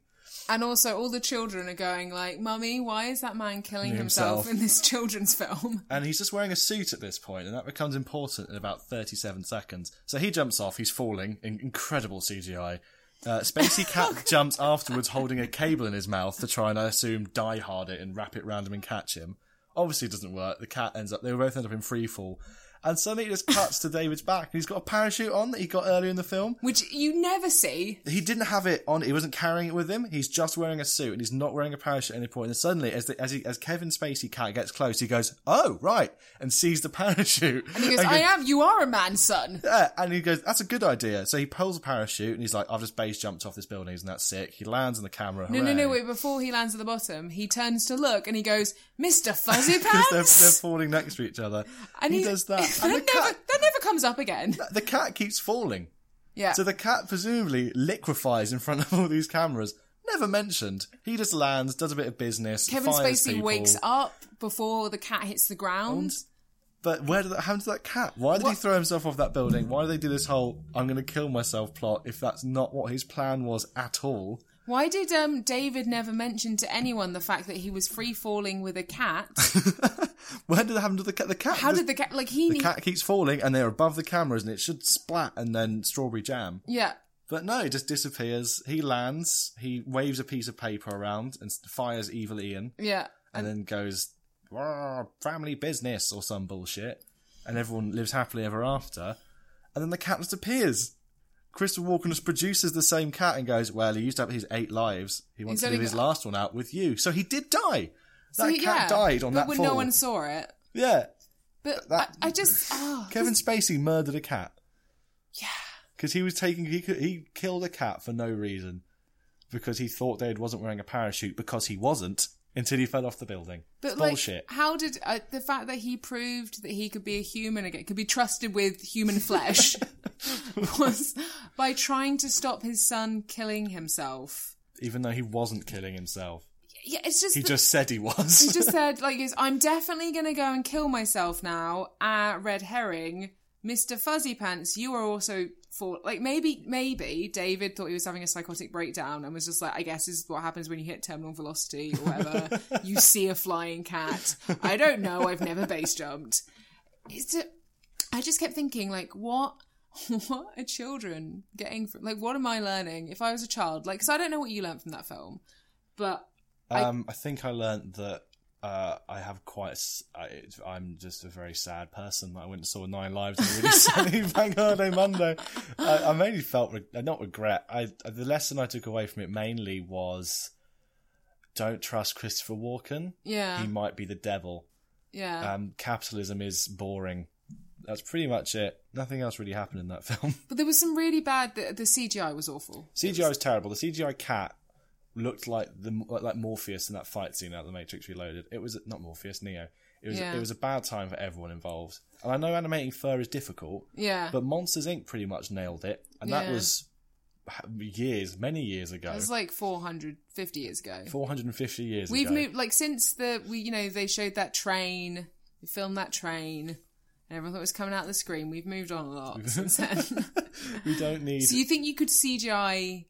And also, all the children are going like, "Mummy, why is that man killing himself, Himself. in this children's film?" and he's just wearing a suit at this point, and that becomes important in about 37 seconds. So he jumps off, he's falling, in incredible CGI. Uh, Spacey Cat jumps afterwards, holding a cable in his mouth to try and, I assume, die hard it and wrap it round him and catch him. Obviously, it doesn't work. The cat ends up, they both end up in free fall. And suddenly it just cuts to David's back, and he's got a parachute on that he got earlier in the film. Which you never see. He didn't have it on, he wasn't carrying it with him. He's just wearing a suit, and he's not wearing a parachute at any point. And suddenly, as, the, as, he, as Kevin Spacey Cat gets close, he goes, Oh, right, and sees the parachute. He goes, "I am. You are a man, son." Yeah, and he goes, that's a good idea. So he pulls a parachute and he's like, I've just base jumped off this building, isn't that sick? He lands on the camera. No, no, hooray. no, wait, before he lands at the bottom, he turns to look and he goes, Mr. Fuzzy 'Cause They're, they're Pants! falling next to each other. and he, he- does that. that, And the never, cat, that never comes up again. the cat keeps falling. Yeah. So the cat presumably liquefies in front of all these cameras. Never mentioned. He just lands, does a bit of business. Kevin fires Spacey people. wakes up before the cat hits the ground. But where did that happen to that cat? Why did he What- throw himself off that building? Why did they do this whole "I'm going to kill myself" plot if that's not what his plan was at all? Why did um, David never mention to anyone the fact that he was free falling with a cat? Where did it happen to the cat? The cat. How just- did the cat, like, he. The cat keeps falling, and they're above the cameras, and it should splat and then strawberry jam. yeah. But no, it just disappears. He lands, he waves a piece of paper around and s- fires Evil Ian, Yeah. and then goes, "Wah, family business, or some bullshit. And everyone lives happily ever after. And then the cat just appears. Christopher Walken just produces the same cat and goes, Well, he used up his eight lives. He wants He's to live only his got- last one out with you. So he did die. So, That cat yeah, died on but that when fall. no one saw it. Yeah. But That- I, I just. Oh, Kevin Spacey murdered a cat. yeah. because he was taking he could- he killed a cat for no reason because he thought David wasn't wearing a parachute because he wasn't until he fell off the building. But It's like, bullshit. how did uh, the fact that he proved that he could be a human again, could be trusted with human flesh, was by trying to stop his son killing himself? Even though he wasn't killing himself, Yeah, it's just he that- just said he was. he just said like, he's, "I'm definitely gonna go and kill myself now." Ah, red herring, Mister Fuzzy Pants, you are also for like maybe maybe David thought he was having a psychotic breakdown and was just like, "I guess this is what happens when you hit terminal velocity or whatever. you see a flying cat. I don't know. I've never base jumped." It's a, I just kept thinking like, what. What are children getting from? Like, what am I learning if I was a child? Like, because I don't know what you learned from that film, but um, I think I learnt that uh, I have quite. s- I, it's- I'm just a very sad person. I went and saw Nine Lives on a really sunny Bank Holiday Monday. I, I mainly felt re- uh, not regret. I uh, the lesson I took away from it mainly was don't trust Christopher Walken. Yeah. He might be the devil. yeah. Um, capitalism is boring. That's pretty much it. Nothing else really happened in that film. but there was some really bad. The, the CGI was awful. CGI was terrible. The CGI cat looked like the like Morpheus in that fight scene out of The Matrix Reloaded. It was not Morpheus, Neo. It was Yeah. it was a bad time for everyone involved. And I know animating fur is difficult, Yeah. but Monsters Inc. pretty much nailed it, and that Yeah. was ha- years, many years it ago, was like 450 years ago. four hundred and fifty years We've ago. moved like since the we you know they showed that train, they filmed that train, and everyone thought it was coming out of the screen. We've moved on a lot since then. so we don't need. you think you could CGI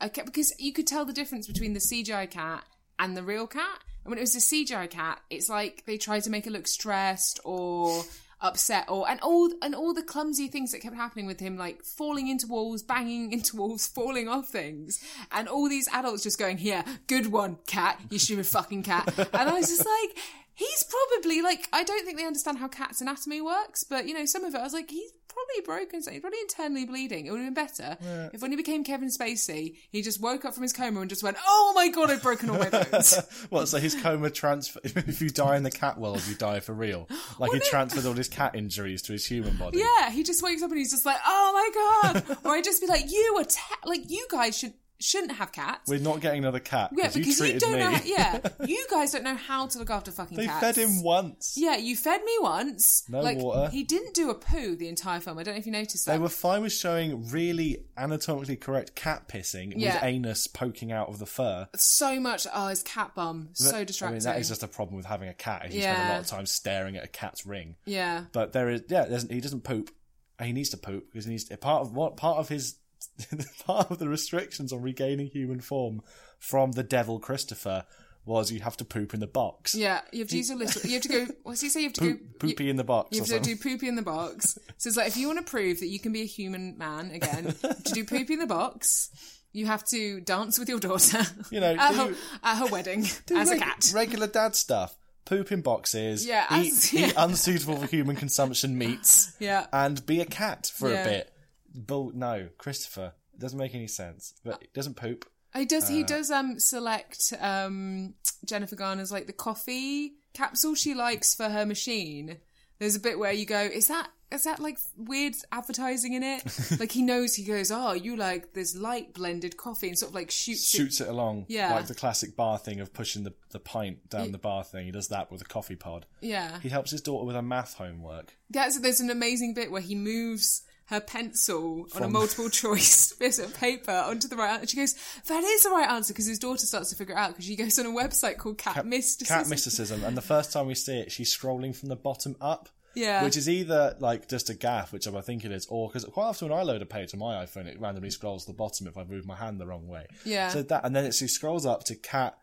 a cat because you could tell the difference between the CGI cat and the real cat. And when it was a CGI cat, it's like they tried to make it look stressed or upset or and all and all the clumsy things that kept happening with him like falling into walls banging into walls falling off things and all these adults just going yeah good one cat you stupid fucking cat and i was just like he's probably like i don't think they understand how cat's anatomy works but you know some of it i was like he's probably broken something he's probably internally bleeding it would have been better if when he became kevin spacey he just woke up from his coma and just went oh my god i've broken all my bones What? So his coma transfer. If you die in the cat world, you die for real. Like he transferred all his cat injuries to his human body. Yeah, he just wakes up and he's just like, "Oh my god!" or I'd just be like, "You are te- like you guys should shouldn't have cats." We're not getting another cat yeah, you because you, treated don't me. know. How, yeah, you guys don't know how to look after fucking They cats. fed him once. Yeah, you fed me once. No like, water. He didn't do a poo the entire film. I don't know if you noticed that. They were fine with showing really anatomically correct cat pissing with Yeah. anus poking out of the fur. so much. Oh, his cat bum. So I mean, distracting. that is just a problem with having a cat. Is you spend a Yeah. lot of time staring at a cat's ring. yeah. But there is, yeah, there's, he doesn't poop. And he needs to poop because he needs to, part of what part of his part of the restrictions on regaining human form from the devil Christopher was you have to poop in the box. Yeah, you have to use your little. You have to go. What's he say? You have to Poop, go. poopy in the box. You or have to something. do poopy in the box. So it's like if you want to prove that you can be a human man again, to do poopy in the box, you have to dance with your daughter. You know, at, do- her, at her wedding as a Reg- cat. Regular dad stuff. Poop in boxes. Yeah, Eat, as- yeah. eat unsuitable for human consumption meats. Yeah. And be a cat for Yeah. a bit. Bull, no, Christopher. It doesn't make any sense. But it doesn't poop. He does. Uh. he does um select um Jennifer Garner's like the coffee capsule she likes for her machine. There's a bit where you go, is that is that like weird advertising in it? like he knows. He goes, oh, you like this light blended coffee and sort of like shoots it Shoots it along. Yeah. Like the classic bar thing of pushing the, the pint down the bar thing. He does that with a coffee pod. Yeah. He helps his daughter with her math homework. That's, there's an amazing bit where he moves her pencil on a From- multiple choice piece of paper onto the right answer. She goes, that is the right answer because his daughter starts to figure it out because she goes on a website called Cat, Mysticism. Cat mysticism. And the first time we see it, she's scrolling from the bottom up. Yeah. Which is either like just a gaff, which I think it is, or because quite often when I load a page on my iPhone, it randomly scrolls to the bottom if I move my hand the wrong way. Yeah. So that, and then it she scrolls up to cat.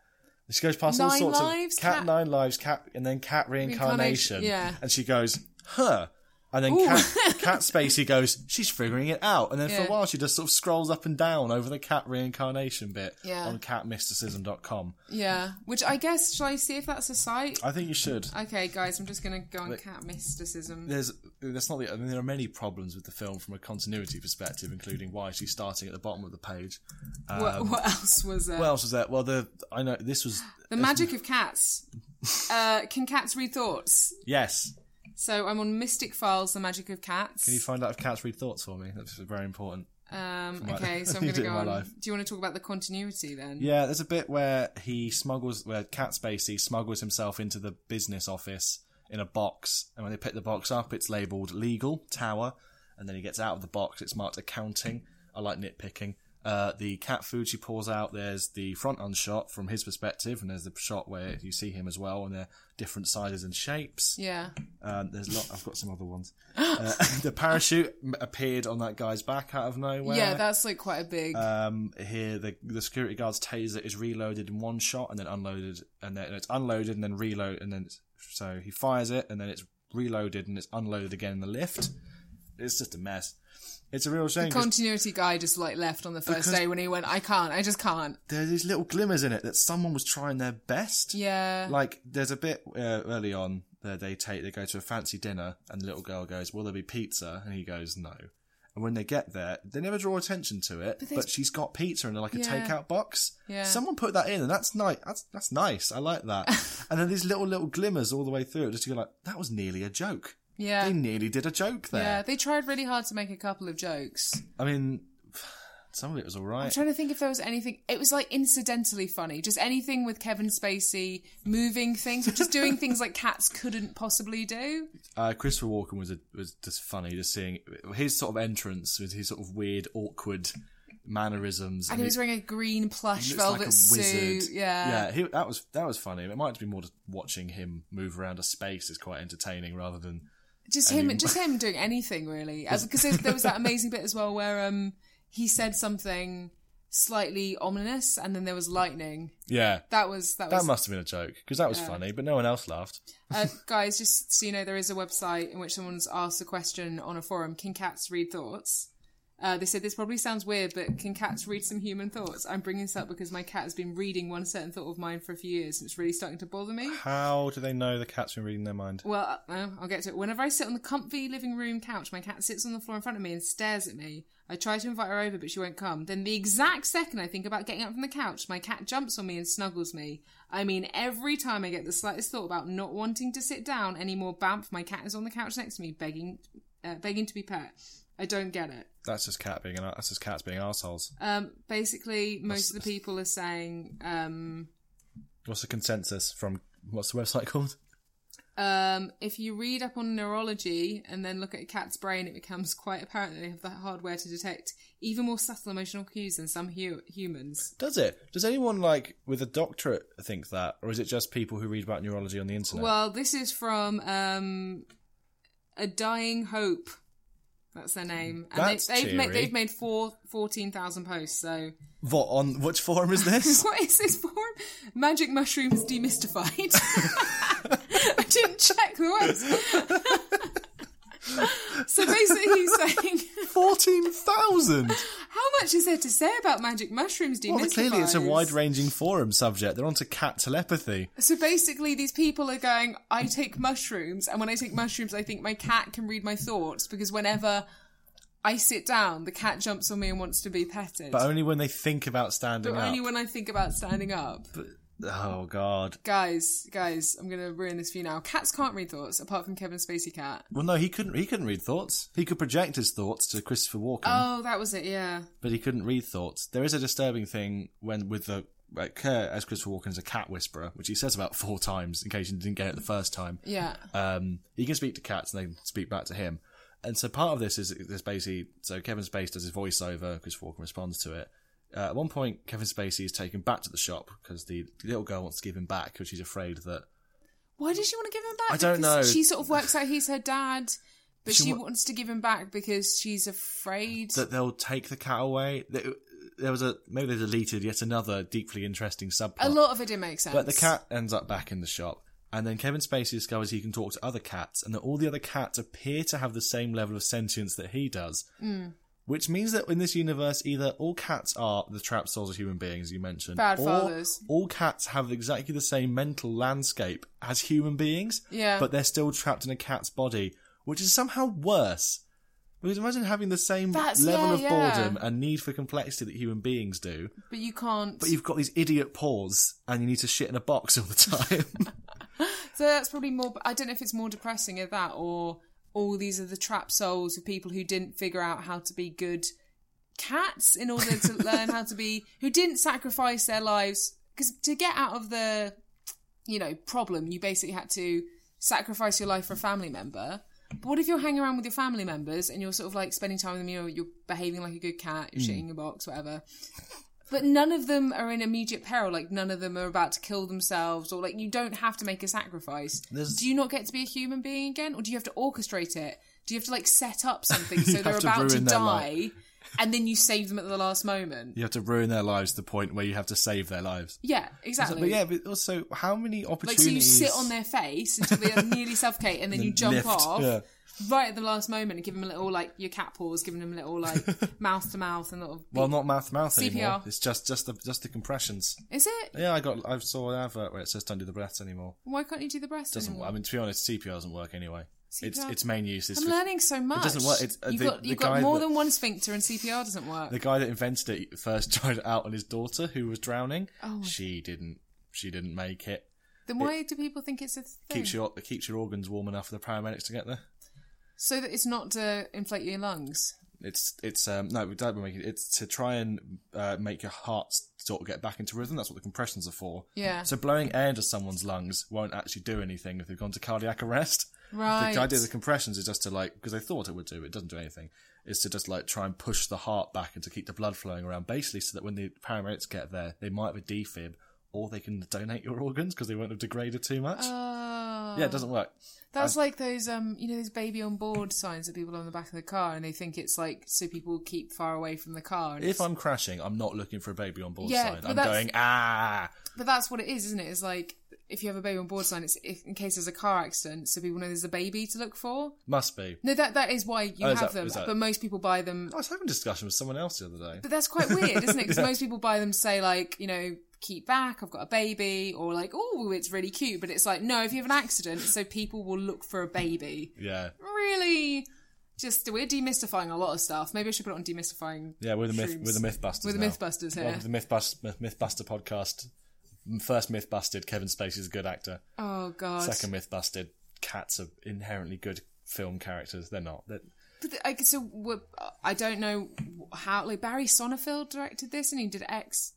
She goes past all Nine sorts lives, of cat, cat- nine lives, cat, and then cat reincarnation. Reincarnation, yeah. And she goes, huh. And then cat, cat Spacey goes, she's figuring it out. And then for Yeah. a while, she just sort of scrolls up and down over the cat reincarnation bit Yeah. on catmysticism.com. yeah. Which I guess, shall I see if that's a site? I think you should. Okay, guys, I'm just going to go on Cat Mysticism. there's that's not the. I mean, there are many problems with the film from a continuity perspective, including why she's starting at the bottom of the page. what, what else was there? What else was that? Um, Well, the I know this was the Magic of Cats. uh, can cats read thoughts? yes. So I'm on Mystic Files, The Magic of Cats. Can you find out if cats read thoughts for me? That's very important. um, my- okay, so I'm You did going to it go in my on. life. Do you want to talk about the continuity then? Yeah, there's a bit where he smuggles where Cat Spacey smuggles himself into the business office in a box, and when they pick the box up, it's labeled legal tower, and then he gets out of the box, it's marked accounting. I like nitpicking. Uh, the cat food she pours out, there's the front on shot from his perspective, and there's the shot where you see him as well, and they're different sizes and shapes. Yeah. Um, there's a lot. I've got some other ones. Uh, the parachute m- appeared on that guy's back out of nowhere. Yeah, that's like quite a big. Um, here the the security guard's taser is reloaded in one shot and then unloaded and then it's unloaded and then reload and then it's, so he fires it and then it's reloaded and it's unloaded again in the lift. it's just a mess. It's a real shame. The 'cause continuity guy just like left on the first Because- day when he went, I can't, I just can't. there are these little glimmers in it that someone was trying their best. Yeah. Like there's a bit uh, early on that they take they go to a fancy dinner and the little girl goes, "Will there be pizza?" and he goes, "No." And when they get there, they never draw attention to it, but, they- she's got pizza in like a Yeah. takeout box. Yeah. Someone put that in, and that's nice. That's that's nice. I like that. and then these little little glimmers all the way through it, just you go like, that was nearly a joke. yeah. They nearly did a joke there. Yeah, they tried really hard to make a couple of jokes. I mean, some of it was all I'm right. trying to think if there was anything. It was like incidentally funny, just anything with Kevin Spacey moving things, or just doing things like cats couldn't possibly do. Uh, Christopher Walken was a, was just funny, just seeing his sort of entrance with his sort of weird, awkward mannerisms. And he was wearing a green plush looks velvet suit. yeah. He, that was that was funny. It might be more just watching him move around a space is quite entertaining rather than just him, just him doing anything really. As because there was that amazing bit as well where um he said something slightly ominous, and then there was lightning. yeah. That was that was That must have been a joke because that was funny, but no one else laughed. Uh, guys, just so you know, there is a website in which someone's asked a question on a forum Can cats read thoughts? Uh, they said this probably sounds weird, but can cats read some human thoughts? I'm bringing this up because my cat has been reading one certain thought of mine for a few years and it's really starting to bother me. How do they know the cat's been reading their mind? Well, uh, I'll get to it. Whenever I sit on the comfy living room couch, my cat sits on the floor in front of me and stares at me. I try to invite her over, but she won't come. Then, the exact second I think about getting up from the couch, my cat jumps on me and snuggles me. I mean, every time I get the slightest thought about not wanting to sit down anymore, bamf, my cat is on the couch next to me, begging, uh, begging to be pet. I don't get it. That's just cat being an, that's just cats being assholes. Um, basically, most of the people are saying um, What's the consensus from what's the website called? Um, if you read up on neurology and then look at a cat's brain, it becomes quite apparent that they have the hardware to detect even more subtle emotional cues than some hu- humans. Does it? Does anyone like with a doctorate think that, or is it just people who read about neurology on the internet? Well, this is from um, A Dying Hope. That's their name. And That's they, they've, made, cheery. they've made four, 14,000 posts, so. what on which forum is this? What is this for? Magic mushrooms demystified. I didn't check the words. so basically, he's saying. Fourteen thousand. How much is there to say about magic mushrooms demystified? Well, clearly it's a wide-ranging forum subject. They're onto cat telepathy. So basically, these people are going, I take mushrooms, and when I take mushrooms, I think my cat can read my thoughts because whenever I sit down, the cat jumps on me and wants to be petted. But only when they think about standing But up. only when I think about standing up. oh god. Guys, guys, I'm going to ruin this for you now. Cats can't read thoughts apart from Kevin Spacey Cat. Well, no, he couldn't. He couldn't read thoughts. He could project his thoughts to Christopher Walken, Oh, that was it, yeah. but he couldn't read thoughts. There is a disturbing thing when with the like, Kerr as Christopher Walken is a cat whisperer, which he says about four times in case you didn't get it the first time. Yeah. um, he can speak to cats and they can speak back to him. And so part of this is, is basically so Kevin Spacey does his voiceover because Walken responds to it. Uh, at one point, Kevin Spacey is taken back to the shop because the little girl wants to give him back because she's afraid that Why does she want to give him back? I don't Because know. She sort of works out he's her dad, but She she, wa- wants to give him back because she's afraid. that they'll take the cat away. That- There was a maybe they deleted yet another deeply interesting subplot. A lot of it didn't make sense. But the cat ends up back in the shop, and then Kevin Spacey discovers he can talk to other cats, and that all the other cats appear to have the same level of sentience that he does. Mm. Which means that in this universe, either all cats are the trap souls of human beings you mentioned, Bad or fathers. all cats have exactly the same mental landscape as human beings, Yeah. but they're still trapped in a cat's body, which is somehow worse. Because imagine having the same That's- level yeah, of yeah. boredom and need for complexity that human beings do. But you can't. But you've got these idiot paws, and you need to shit in a box all the time. so that's probably more. I don't know if it's more depressing of that or all these are the trap souls of people who didn't figure out how to be good cats in order to learn how to be. who didn't sacrifice their lives. Because to get out of the, you know, problem, you basically had to sacrifice your life for a family member. But what if you're hanging around with your family members and you're sort of like spending time with them, you're, you're behaving like a good cat, you're shitting your box, whatever. But none of them are in immediate peril. Like none of them are about to kill themselves, or like you don't have to make a sacrifice. There's- Do you not get to be a human being again, or do you have to orchestrate it? Do you have to like set up something so You they're have to about to ruin their life. die? and then you save them at the last moment. You have to ruin their lives to the point where you have to save their lives. Yeah, So- exactly. But yeah, but also, how many Like, opportunities? so you sit on their face until they are nearly suffocate, and then you jump lift. off Yeah. right at the last moment and give them a little, like, your cat paws, giving them a little, like, mouth to mouth and little. Well, not mouth to mouth anymore. CPR. It's just just the just the compressions. Is it? Yeah, I got I saw an advert where it says don't do the breaths anymore. Why can't you do the breast Doesn't. anymore? I mean, to be honest, CPR doesn't work anyway. It's CPR? its main use is I'm for learning so much. doesn't work. It's- uh, you've the- got, the you've guy got more that- than one sphincter, and CPR doesn't work. The guy that invented it first tried it out on his daughter who was drowning. Oh. She didn't. She didn't make it. then why do people think it's a thing? Keeps your it keeps your organs warm enough for the paramedics to get there. so that it's not to inflate your lungs. It's it's um no we don't make it. It's to try and uh, make your heart sort of get back into rhythm. That's what the compressions are for. Yeah. So blowing air into someone's lungs won't actually do anything if they've gone to cardiac arrest. Right. The idea of the compressions is just to like because they thought it would do it doesn't do anything. Is to just like try and push the heart back and to keep the blood flowing around, basically, so that when the paramedics get there, they might have a defib or they can donate your organs because they won't have degraded too much. Oh. yeah, it doesn't work. That's like those, um, you know, those baby on board signs that people have on the back of the car, and they think it's like so people keep far away from the car. And If I'm crashing, I'm not looking for a baby on board Yeah, sign. but I'm that's- going ah. but that's what it is, isn't it? It's like if you have a baby on board sign, it's if, in case there's a car accident, so people know there's a baby to look for. Must be. No, that that is why you Oh, is have that- them, is that- but most people buy them. I was having a discussion with someone else the other day. But that's quite weird, isn't it? Because most people buy them to say like, you know, keep back, I've got a baby, or like, oh, it's really cute. But it's like, no, if you have an accident, so people will look for a baby. Yeah, really just we're demystifying a lot of stuff. Maybe I should put it on demystifying. yeah, we're the myth, Shrooms. we're the MythBusters. We're the now. Mythbusters here. Well, the MythBust, MythBuster podcast. First myth busted. Kevin Spacey's a good actor. Oh god. Second myth busted. Cats are inherently good film characters. They're not. They're, But the- I, so we're, I don't know how. Like Barry Sonnenfeld directed this, and he did X,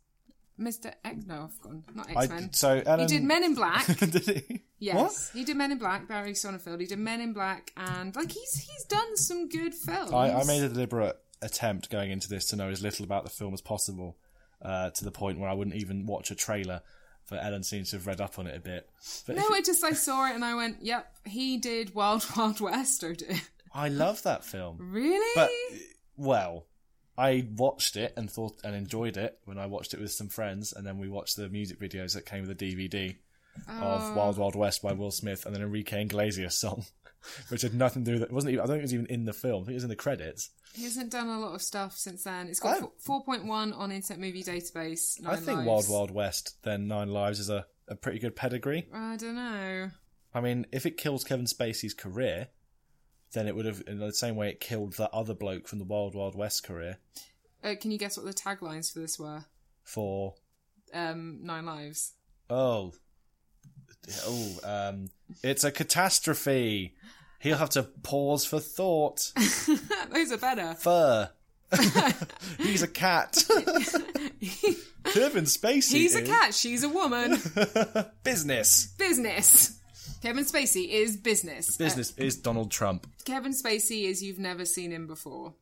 Mister X. No, I've gone. Not I- X Men. so Alan, He did Men in Black. did he? Yes, he did Men in Black. Barry Sonnenfeld. He did Men in Black, and like he's he's done some good films. I, I made a deliberate attempt going into this to know as little about the film as possible, uh, to the point where I wouldn't even watch a trailer. But Ellen seems to have read up on it a bit. But if No, you- I just I saw it and I went, "Yep, he did Wild Wild West." Oh dear, I love that film. really? But well, I watched it and thought and enjoyed it when I watched it with some friends, and then we watched the music videos that came with the DVD of Wild Wild West by Will Smith and an Enrique Iglesias song, which had nothing to do with it. wasn't even, I don't think it was even in the film. I think it was in the credits. He hasn't done a lot of stuff since then. It's got I- four point one on Internet Movie Database. Nine Oh. I think lives. Wild Wild West then Nine Lives is a, a pretty good pedigree. I don't know. I mean, if it kills Kevin Spacey's career. Then it would have, in the same way it killed that other bloke from the Wild Wild West career Uh, can you guess what the taglines for this were? for Um, nine lives. Oh, oh, um, it's a catastrophe. He'll have to pause for thought. Those are better. Fur. He's a cat. Kevin Spacey. He's a is- cat. She's a woman. Business. business. Kevin Spacey is business. Business is Donald Trump. Uh, Kevin Spacey is you've never seen him before.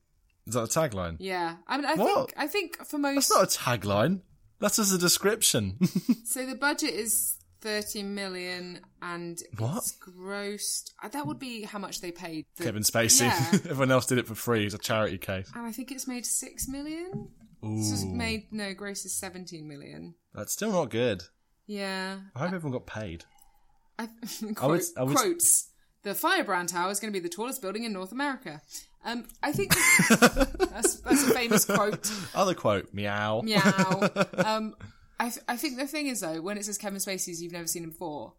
Is that a tagline? Yeah, I mean, I What? think I think for most. That's not a tagline. That's just a description. So the budget is thirty million, and What? it's grossed. uh, That would be how much they paid the- Kevin Spacey. Yeah. Everyone else did it for free. It's a charity case. And I think it's made six million. This was Ooh, made no gross is seventeen million. that's still not good. Yeah, I hope everyone got paid. I, quote, I would- quotes. The Firebrand Tower is going to be the tallest building in North America. Um, I think that's that's a famous quote. Other quote. Meow. Meow. Um, I th- I think the thing is though, when it says Kevin Spacey's, you've never seen him before.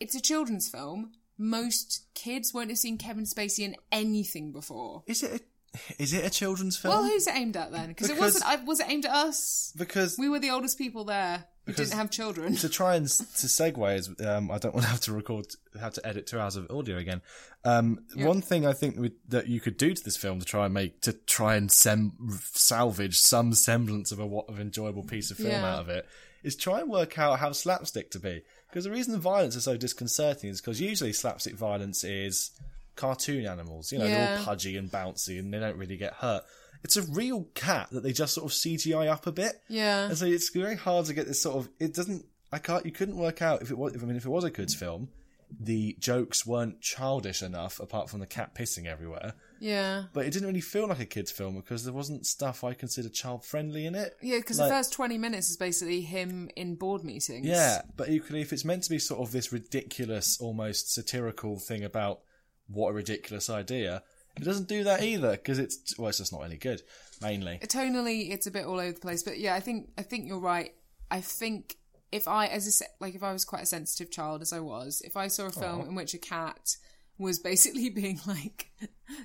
It's a children's film. Most kids won't have seen Kevin Spacey in anything before. Is it? A, is it a children's film? Well, who's it aimed at then? Because it Because- wasn't. I, was it aimed at us? because We were the oldest people there who Because- didn't have children. to try and s- to segue is um, I don't want to have to record have to edit two hours of audio again. Um, One thing I think we, that you could do to this film to try and make to try and sem- salvage some semblance of a wa- of enjoyable piece of film Yeah. out of it is try and work out how slapstick to be because the reason the violence is so disconcerting is because usually slapstick violence is cartoon animals you know they're all Yeah. pudgy and bouncy and they don't really get hurt. It's a real cat that they just sort of CGI up a bit. Yeah. And so it's very hard to get this sort of. It doesn't. I can't. You couldn't work out if it was. If, I mean, if it was a kids' film, the jokes weren't childish enough, apart from the cat pissing everywhere. Yeah. But it didn't really feel like a kids' film because there wasn't stuff I consider child friendly in it. Yeah, because Like- the first 20 minutes is basically him in board meetings. Yeah, but equally, if it's meant to be sort of this ridiculous, almost satirical thing about what a ridiculous idea, it doesn't do that either because it's well, it's just not any good. Mainly, tonally it's a bit all over the place but yeah i think i think you're right i think if i as a se- like if i was quite a sensitive child as i was if i saw a film in which a cat was basically being like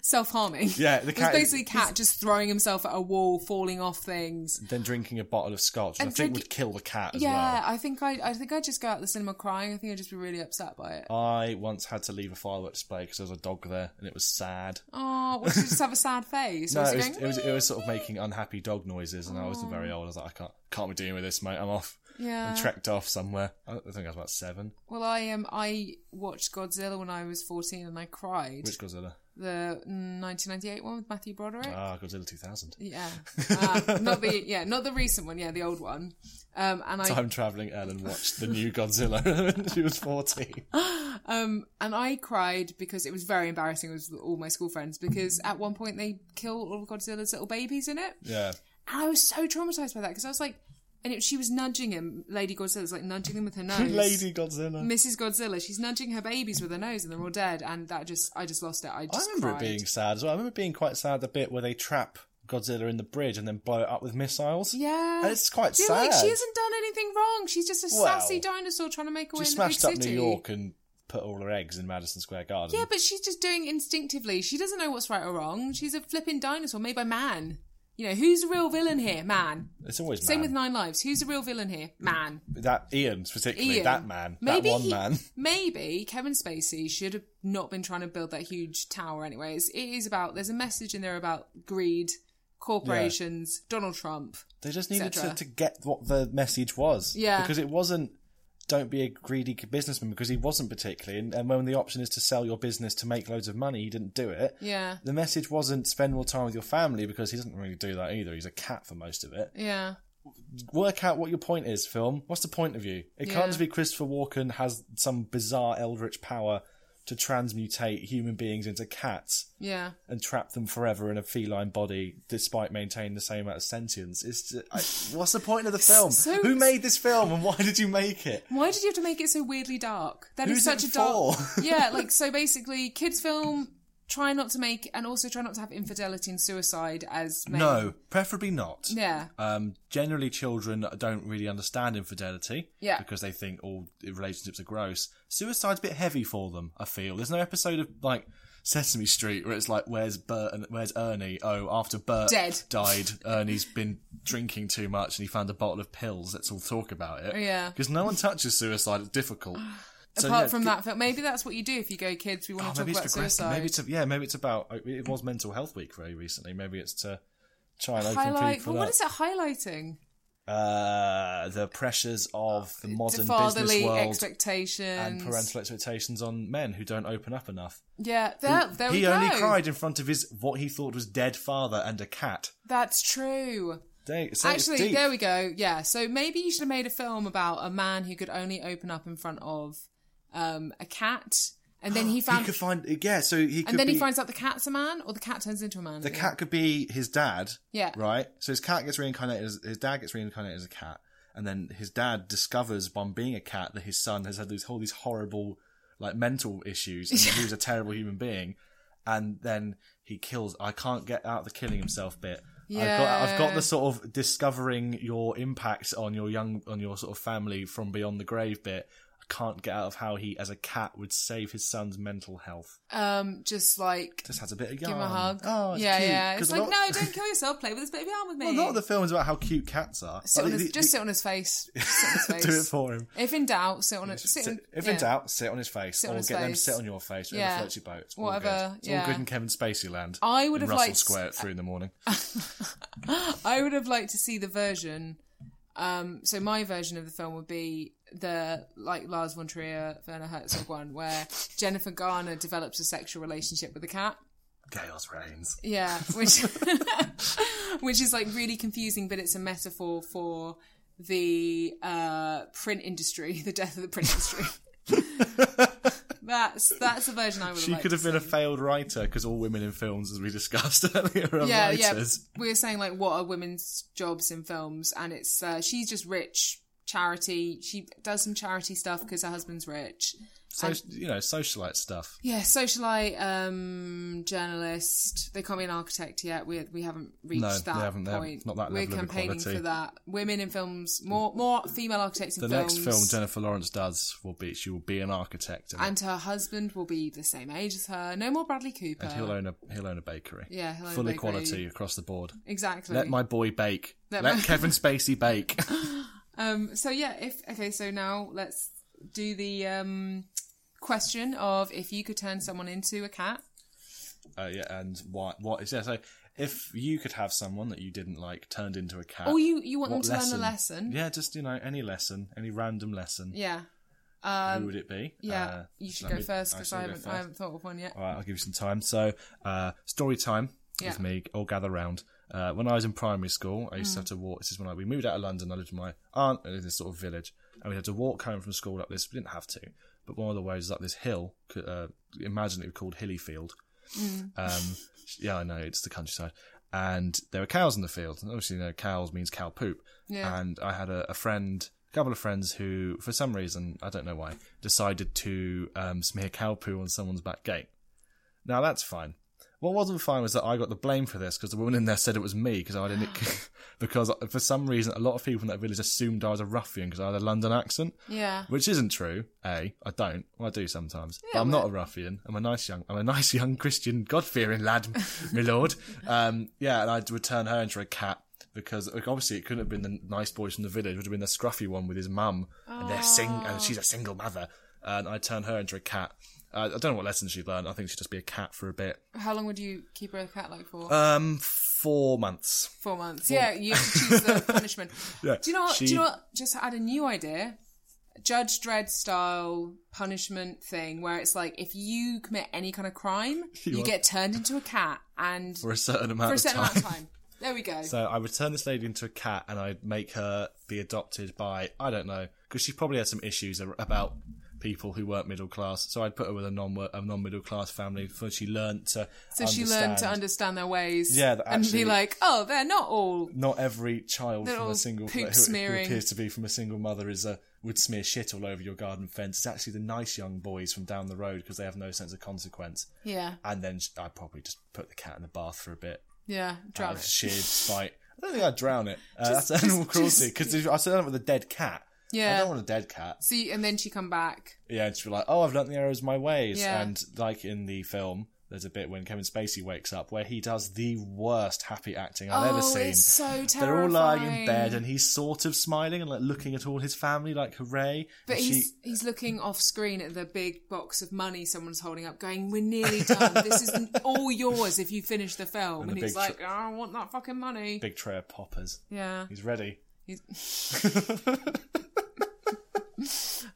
self-harming Yeah, the It cat was is- basically cat just throwing himself at a wall falling off things then drinking a bottle of scotch, which I And think drink- would kill the cat as yeah well. i think i i think i'd just go out the cinema crying i think i'd just be really upset by it I once had to leave a fireworks display because there was a dog there, and it was sad. oh what did you just have a sad face Or No, it was it was, going, it was it was sort of making unhappy dog noises, and I wasn't very old. I was like, I can't can't be dealing with this, mate. I'm off. Oh. yeah And trekked off somewhere. I I think I was about seven. well i um i watched godzilla when i was 14 and i cried Which Godzilla? the 1998 one with Matthew Broderick. Ah, Godzilla 2000. yeah, uh, not the yeah, not the recent one. Yeah, the old one. Um, and I Time traveling Ellen watched the new Godzilla when she was 14. um, and I cried because it was very embarrassing with all my school friends because at one point they kill all of Godzilla's little babies in it, Yeah. and I was so traumatized by that because I was like, and it, she was nudging him, Lady Godzilla's like nudging them with her nose. Lady Godzilla. Mrs. Godzilla, she's nudging her babies with her nose, and they're all dead. And that just, I just lost it. I I just remember cried. it being sad as well. I remember being quite sad the bit where they trap Godzilla in the bridge and then blow it up with missiles. Yeah, And it's quite You're sad. Like, she hasn't done anything wrong. She's just a Well, sassy dinosaur trying to make her She way in the big smashed up city. New York and put all her eggs in Madison Square Garden. Yeah, but she's just doing instinctively. She doesn't know what's right or wrong. She's a flipping dinosaur made by man. You know, who's the real villain here? Man. it's always Same man. with Nine Lives. Who's the real villain here? Man. that Ian particularly Ian. that man that one he- man Maybe Kevin Spacey should have not been trying to build that huge tower anyways. It is about there's a message in there about greed, corporations, Donald Trump. they just needed to, cetera. to get what the message was Yeah. because it wasn't don't be a greedy businessman because he wasn't particularly and, and when the option is to sell your business to make loads of money he didn't do it Yeah. the message wasn't spend more time with your family because he doesn't really do that either he's a cat for most of it Yeah. work out what your point is film what's the point of you it Yeah. can't just be christopher walken has some bizarre eldritch power to transmutate human beings into cats Yeah. and trap them forever in a feline body despite maintaining the same amount of sentience. It's ju- I, what's the point of the film? So- Who made this film and why did you make it? Why did you have to make it so weirdly dark? That is Who's such it a dark. for? yeah, like so basically, kids' film try not to make and also try not to have infidelity and suicide as main. No, preferably not. Yeah. Um, generally, children don't really understand infidelity Yeah. because they think all relationships are gross. Suicide's a bit heavy for them. I feel there's no episode of like Sesame Street where it's like, "Where's Bert and where's Ernie?" Oh, after Bert Dead. died, Ernie's been drinking too much and he found a bottle of pills. Let's all talk about it. Yeah. because no one touches suicide. It's difficult. So, Apart yeah, from g- that film, maybe that's what you do if you go, kids. We Oh, want to maybe talk it's about depressing. suicide. Maybe it's a- yeah. Maybe it's about. It was Mental Health Week very recently. Maybe it's to try and open highlight. people Well, what up. is it highlighting? uh, the pressures of the modern business Oh, Fatherly world expectations and parental expectations on men who don't open up enough. Yeah, there, Oh, there we he go. only cried in front of his what he thought was dead father and a cat. That's true. They, so it's Actually, deep. there we go. Yeah. So maybe you should have made a film about a man who could only open up in front of um, a cat, and then he he found, could find yeah. So he could and then be, he finds out the cat's a man, or the cat turns into a man. the Yeah. cat could be his dad. Yeah. Right. So his cat gets reincarnated. As, his dad gets reincarnated as a cat, and then his dad discovers, by being a cat, that his son has had these all these horrible, like mental issues, and that he was a terrible human being. And then he kills. I can't get out of the killing himself bit. I've got, I've got Yeah. the sort of discovering your impact on your young, on your sort of family from beyond the grave bit. I can't get out of how he, as a cat, would save his son's mental health. Um, just like Just has a bit of yarn. give him a hug. Oh, it's yeah, cute. yeah. 'Cause It's a like lot- no, don't kill yourself. Play with this baby arm with me. Well, a lot of the film is about how cute cats are. sit on Like, his, the- just sit on his face. Just sit on his face. do it for him. if in doubt, sit on it. Sit on, Sit- if yeah. in doubt, sit on his face, Sit or on get his them to face. sit on your face. Yeah. Yeah, floats your boat. It's all Whatever, good. It's all yeah. good in Kevin Spacey land. I would in have Russell liked- Square at three in the morning. I would have liked to see the version. Um, so my version of the film would be the like Lars von Trier, Werner Herzog one, where Jennifer Garner develops a sexual relationship with a cat. Chaos reigns. Yeah, which which is like really confusing, but it's a metaphor for the uh, print industry, the death of the print industry. That's that's the version I would. She liked could have to been a see. failed writer because all women in films, as we discussed earlier, are yeah, writers. yeah. We were saying like what are women's jobs in films, and it's uh, she's just rich charity. She does some charity stuff because her husband's rich. So, you know, socialite stuff. Yeah, socialite, um, journalist. They can't be an architect yet. We we haven't reached No, that they haven't. They haven't- point. not that We're level of campaigning equality. for that. Women in films, more more female architects in The films. next film Jennifer Lawrence does will be she will be an architect and, and her husband will be the same age as her. No more Bradley Cooper. and he'll own a he'll own a bakery. Yeah, he'll own a full bakery. equality across the board. exactly. Let my boy bake. Let, Let my- Kevin Spacey bake. Um, so yeah, if okay, so now let's do the um, question of if you could turn someone into a cat. uh, yeah, and what what is yeah? So if you could have someone that you didn't like turned into a cat, Or Oh, you you want what them to learn a lesson? Yeah, just you know any lesson, any random lesson. Yeah. Who would it be? Yeah, Uh, you shall should I go read- first I because shall I go haven't, I first. haven't thought of one yet. All right, I'll give you some time. So, uh, story time Yeah. with me. All gather round. Uh, when I was in primary school, I used to have to walk. This is when I, we moved out of London. I lived with my aunt in this sort of village, and we had to walk home from school up this. We didn't have to, but one of the ways was up this hill. c- Uh, imagine it was called Hillyfield. Um, yeah, I know it's the countryside, and there were cows in the field. And obviously, you know, cows means cow poop. Yeah. And I had a, a friend, a couple of friends who, for some reason, I don't know why, decided to um, smear cow poo on someone's back gate. Now that's fine. What wasn't fine was that I got the blame for this because the woman in there said it was me because I didn't. because uh, for some reason, a lot of people in that village assumed I was a ruffian because I had a London accent, Yeah. which isn't true. A, I don't. Well, I do sometimes, but I'm not a ruffian. I'm a nice young. I'm a nice young Christian, God-fearing lad, my lord. Um, yeah, and I'd return her into a cat because like, obviously it couldn't have been the nice boys from the village. It would have been the scruffy one with his mum, and they're sing. Oh. And she's a single mother, and I turn her into a cat. Uh, I don't know what lessons she learned. I think she'd just be a cat for a bit. How long would you keep a cat like for? Um, four months. Four months. Yeah, you have to choose the punishment. Yeah. Do you know what? She, Do you know what? Just add a new idea. Judge Dredd style punishment thing where it's like if you commit any kind of crime, you, are- get turned into a cat and For a certain amount for a of certain time. amount of time. There we go. So I would turn this lady into a cat, and I'd make her be adopted by I don't know because she probably had some issues ar- about people who weren't middle class. So I'd put her with a non a non middle class family before she learnt to. So she learned to understand their ways Yeah, that and actually- be like, oh, they're not all. Not every child They're from a all single poop who, who smearing. appears to be from a single mother is a would smear shit all over your garden fence. It's actually the nice young boys from down the road because they have no sense of consequence. Yeah, And then sh- I'd probably just put the cat in the bath for a bit yeah, drown out of it. sheer spite. I don't think I'd drown it. Uh, that's Oh, just- animal just- cruelty because I said that with a dead cat. I Yeah. don't want a dead cat. See, and then she come back. Yeah, and she'd be like, "Oh, I've learnt the errors of my ways." Yeah. And like in the film, there's a bit when Kevin Spacey wakes up where he does the worst happy acting I've ever oh, seen. it's so terrifying. They're all lying in bed, and he's sort of smiling and like looking at all his family, like "Hooray!" But And she- he's he's looking off screen at the big box of money someone's holding up, going, "We're nearly done. this is all yours if you finish the film." And, the he's big like, "Oh, "I don't want that fucking money." big tray of poppers. yeah. He's ready.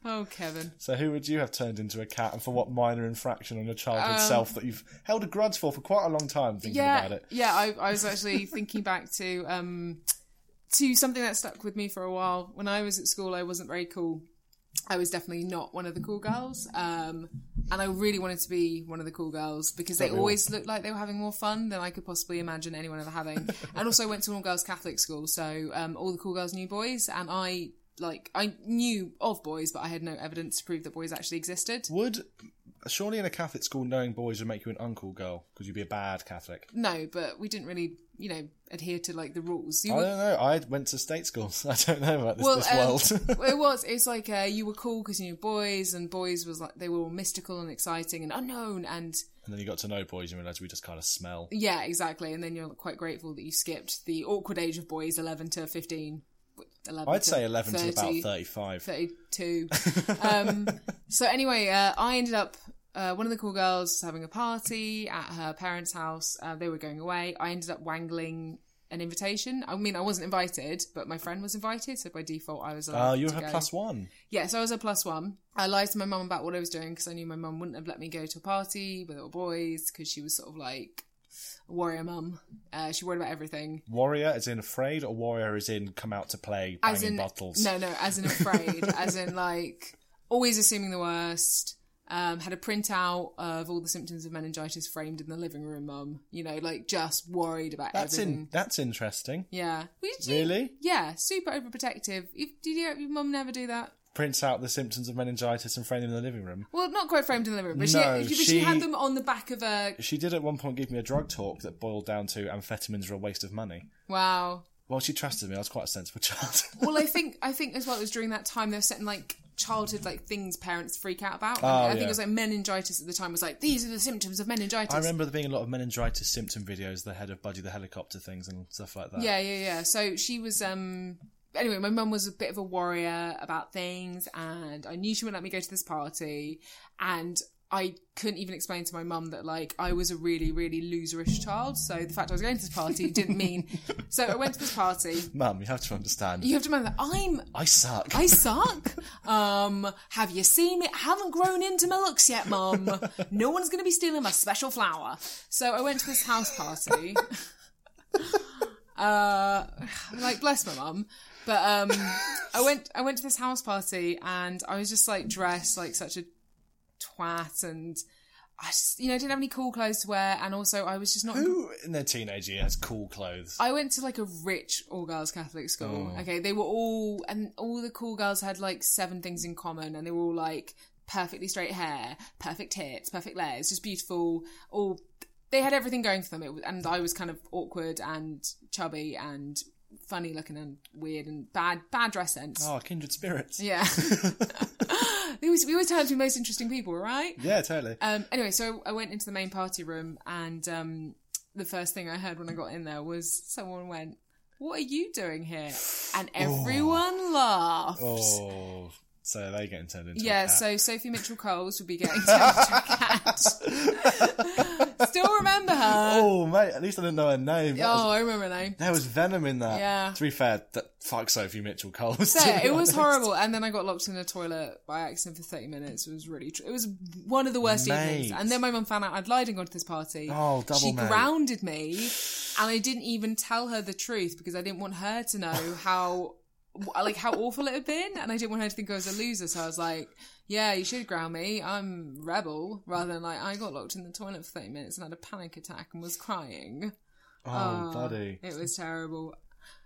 Oh, Kevin. So, who would you have turned into a cat, and for what minor infraction on your childhood self that you've held a grudge for for quite a long time? Thinking Um, Yeah, about it, yeah. I, I was actually thinking back to um to something that stuck with me for a while. When I was at school, I wasn't very cool. I was definitely not one of the cool girls. Um, and I really wanted to be one of the cool girls because they always looked like they were having more fun than I could possibly imagine anyone ever having. and also, I went to an all girls Catholic school, so um, all the cool girls knew boys, and I like I knew of boys, but I had no evidence to prove that boys actually existed. Would surely in a Catholic school, knowing boys would make you an uncle girl because you'd be a bad Catholic. No, but we didn't really, you know, adhere to like the rules. You I were- don't know. I went to state schools. I don't know about this, this um, world. well, it was. It's like uh, you were cool because you knew boys, and boys was like they were all mystical and exciting and unknown, and and then you got to know boys and realised we just kind of smell. yeah, exactly. And then you're quite grateful that you skipped the awkward age of boys, eleven to fifteen. 11 I'd to say eleven 30, to about thirty-five. 32. um, so anyway, uh, I ended up. Uh, one of the cool girls was having a party at her parents' house. Uh, they were going away. I ended up wangling an invitation. I mean, I wasn't invited, but my friend was invited, so by default, I was allowed. Oh, you to were go. plus one. Yeah, so I was a plus one. I lied to my mum about what I was doing because I knew my mum wouldn't have let me go to a party with all boys because she was sort of like a warrior mum. Uh, she worried about everything. Warrior is in afraid, or warrior is in come out to play banging as in bottles. no, no, as in afraid, as in like always assuming the worst. um, had a printout of all the symptoms of meningitis framed in the living room. Mum, you know, like just worried about That's everything. in. That's interesting. Yeah, Well, you- you- Really? Yeah, super overprotective. You, did you, your mum never do that? Prints out the symptoms of meningitis and frame them in the living room. Well, not quite framed in the room, but, No, she, but she she- had them on the back of a She did at one point give me a drug talk that boiled down to amphetamines are a waste of money. wow. Well, she trusted me. I was quite a sensible child. Well, I think I think as well it was during that time they were setting like childhood like things parents freak out about. And I think Oh, yeah. it was like meningitis at the time was like these are the symptoms of meningitis. I remember there being a lot of meningitis symptom videos, the head of Buddy the helicopter things and stuff like that. Yeah, yeah, yeah. So she was um anyway, my mum was a bit of a worrier about things and I knew she wouldn't let me go to this party and I couldn't even explain to my mum that like I was a really, really loserish child. So the fact I was going to this party didn't mean so I went to this party. Mum, you have to understand. You have to remember that I'm I suck. I suck. Um, have you seen me? I haven't grown into my looks yet, Mum. No one's going to be stealing my special flower. So I went to this house party. uh, like bless my mum, but um, I went I went to this house party and I was just like dressed like such a twat and. I just, you know, didn't have any cool clothes to wear, and also I was just not. Who in their teenage year has cool clothes? I went to like a rich all girls Catholic school. Okay, they were all and all the cool girls had like seven things in common, and they were all like perfectly straight hair, perfect tits, perfect legs, just beautiful. All they had everything going for them. It was, and I was kind of awkward and chubby and funny looking and weird and bad bad dress sense. Oh, kindred spirits. Yeah, we always we always turned out to be the most interesting people, right? Yeah, totally. Um, anyway, so I went into the main party room, and um, the first thing I heard when I got in there was someone went, "What are you doing here?" And everyone laughed. Oh, so they getting turned into a yeah, cat. so Sophie Mitchell Coles would be getting turned into a cat. Still remember her? Oh, mate, at least I didn't know her name. That was- Oh, I remember her name. there was venom in that. Yeah. To be fair, that, fuck Sophie Mitchell Cole. So it was horrible, and then I got locked in a toilet by accident for thirty minutes. It was really, tr- it was one of the worst evenings. Mate. And then my mum found out I'd lied and gone to this party. Oh, double She mate. grounded me, and I didn't even tell her the truth because I didn't want her to know how, like how awful it had been, and I didn't want her to think I was a loser. So I was like, "Yeah, you should ground me. I'm rebel," rather than like I got locked in the toilet for thirty minutes and had a panic attack and was crying. Oh, buddy. It was terrible.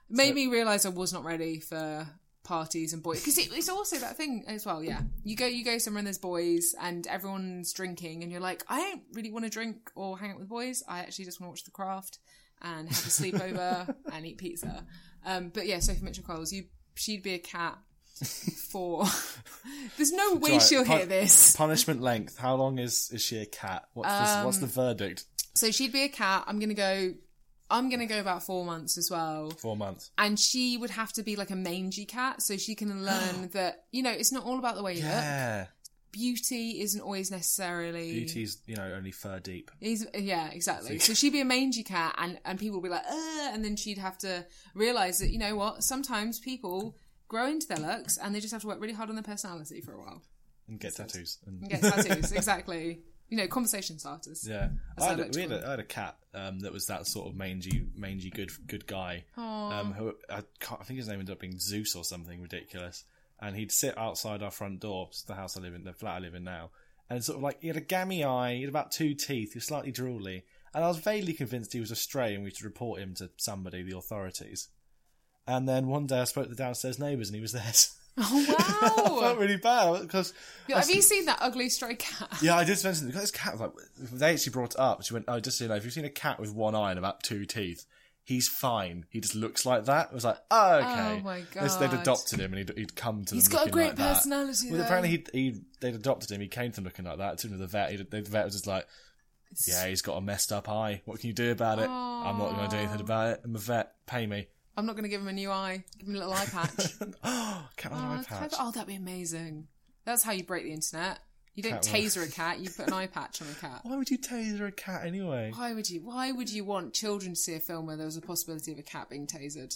It made me realise I was not ready for parties and boys because it, it's also that thing as well. Yeah, you go you go somewhere and there's boys and everyone's drinking and you're like, I don't really want to drink or hang out with boys. I actually just want to watch The Craft and have a sleepover and eat pizza. Um, but yeah, Sophie Mitchell Coles, you she'd be a cat for. there's no way Right, she'll pun- hear this. Punishment length. How long is, is she a cat? What's, this, what's Um, the verdict? So she'd be a cat. I'm gonna go. I'm gonna go about four months as well. Four months. and she would have to be like a mangy cat so she can learn that you know it's not all about the way you look Yeah. beauty isn't always necessarily Beauty's, you know, only fur deep. is yeah exactly so she'd be a mangy cat and and people would be like Ugh, and then she'd have to realize that you know what sometimes people grow into their looks and they just have to work really hard on their personality for a while And get tattoos. And and get tattoos exactly you know conversation starters Yeah, I had, a, like we had twin. a, I had a cat um, that was that sort of mangy, mangy good good guy. Um, who I, can't, I think his name ended up being Zeus or something ridiculous. And he'd sit outside our front door, it's the house I live in, the flat I live in now. And sort of like he had a gammy eye, he had about two teeth, he was slightly drooly, and I was vaguely convinced he was a stray and we should report him to somebody, the authorities. And then one day I spoke to the downstairs neighbours and he was there. I oh felt wow really bad because have you seen that ugly stray cat yeah, I did mention because this cat was like they actually brought it up. She went, "Oh, just so you know, if you've seen a cat with one eye and about two teeth, he's fine. He just looks like that." I was like, "Oh, okay." Oh, my This- they'd God. adopted him, and he'd, he'd come to. He's them got a looking great like that. personality, Well, though. apparently he, he they'd adopted him. He came to them looking like that. As soon as the vet, he, the vet was just like, "Yeah, he's got a messed up eye. What can you do about it? I'm not going to do anything about it. I'm a vet. Pay me." i'm not gonna give him a new eye give him a little eye patch oh, cat with an Oh, eye patch. clever. Oh, that'd be amazing. That's how you break the internet. You don't Cat taser a cat, you put an eye patch on a cat. Why would you taser a cat anyway? Why would you why would you want children to see a film where there was a possibility of a cat being tasered?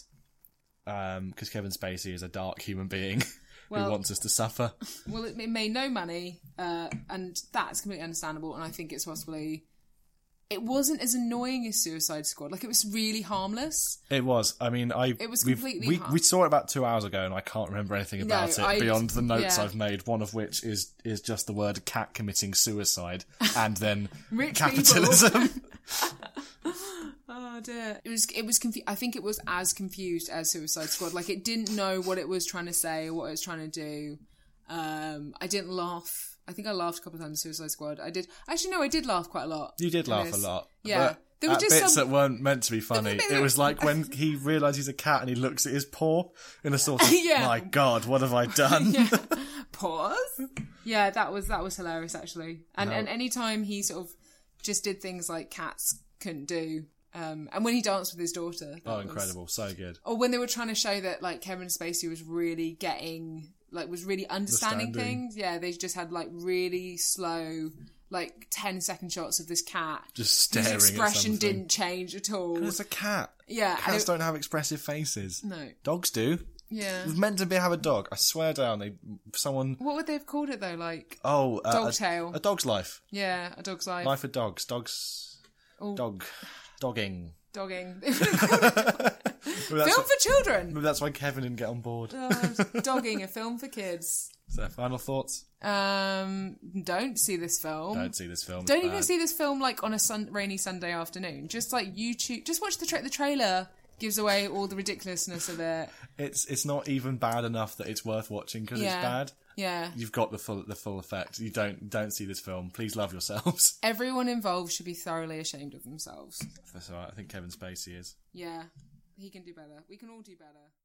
Because Um, Kevin Spacey is a dark human being Well- who wants us to suffer. Well, it, it made no money, uh, and that's completely understandable. And I think it's possibly it wasn't as annoying as Suicide Squad. Like it was really harmless. It was. I mean, I It was we've- completely we, hard. we saw it about two hours ago, and I can't remember anything about it I- beyond the notes yeah. I've made. One of which is is just the word "cat" committing suicide, and then Rich capitalism. Oh dear. It was it was confu- I think it was as confused as Suicide Squad. Like it didn't know what it was trying to say or what it was trying to do. Um I didn't laugh. I think I laughed a couple of times in Suicide Squad. I did actually no, I did laugh quite a lot. you did in laugh a this. lot. Yeah. but There were at just bits some- that weren't meant to be funny. bits It that- was like when he realised he's a cat and he looks at his paw in a sort of Yeah. "My God, what have I done?" yeah. Pause. Yeah, that was that was hilarious actually. And and any time he sort of just did things like cats couldn't do. Um and when he danced with his daughter. that Oh, was- incredible! So good. or when they were trying to show that like Kevin Spacey was really getting like was really understanding Understanding. things. Yeah, they just had like really slow like 10 second shots of this cat. Just staring. His at expression something. didn't change at all. It's a cat. Yeah, and Cats it- don't have expressive faces. No. Dogs do. Yeah. It was meant to be have a dog. I swear down. They someone. What would they have called it though? Like Oh, uh, Dog a, tail. A dog's life. yeah, a dog's life. Life of dogs. Dogs. Oh. Dog. Dogging. Dogging. They would have Maybe called it that's, Film why, for children. maybe that's why Kevin didn't get on board. God, dogging a film for kids. So, final thoughts? Um, don't see this film. Don't see this film. Uh, Don't It's even bad. see this film like on a sun- rainy Sunday afternoon. Just like YouTube, just watch the tra- the trailer gives away all the ridiculousness of it. It's it's not even bad enough that it's worth watching because Yeah. it's bad. Yeah. You've got the full the full effect. You don't don't see this film. Please love yourselves. Everyone involved should be thoroughly ashamed of themselves. That's all right. I think Kevin Spacey is. Yeah. He can do better. We can all do better.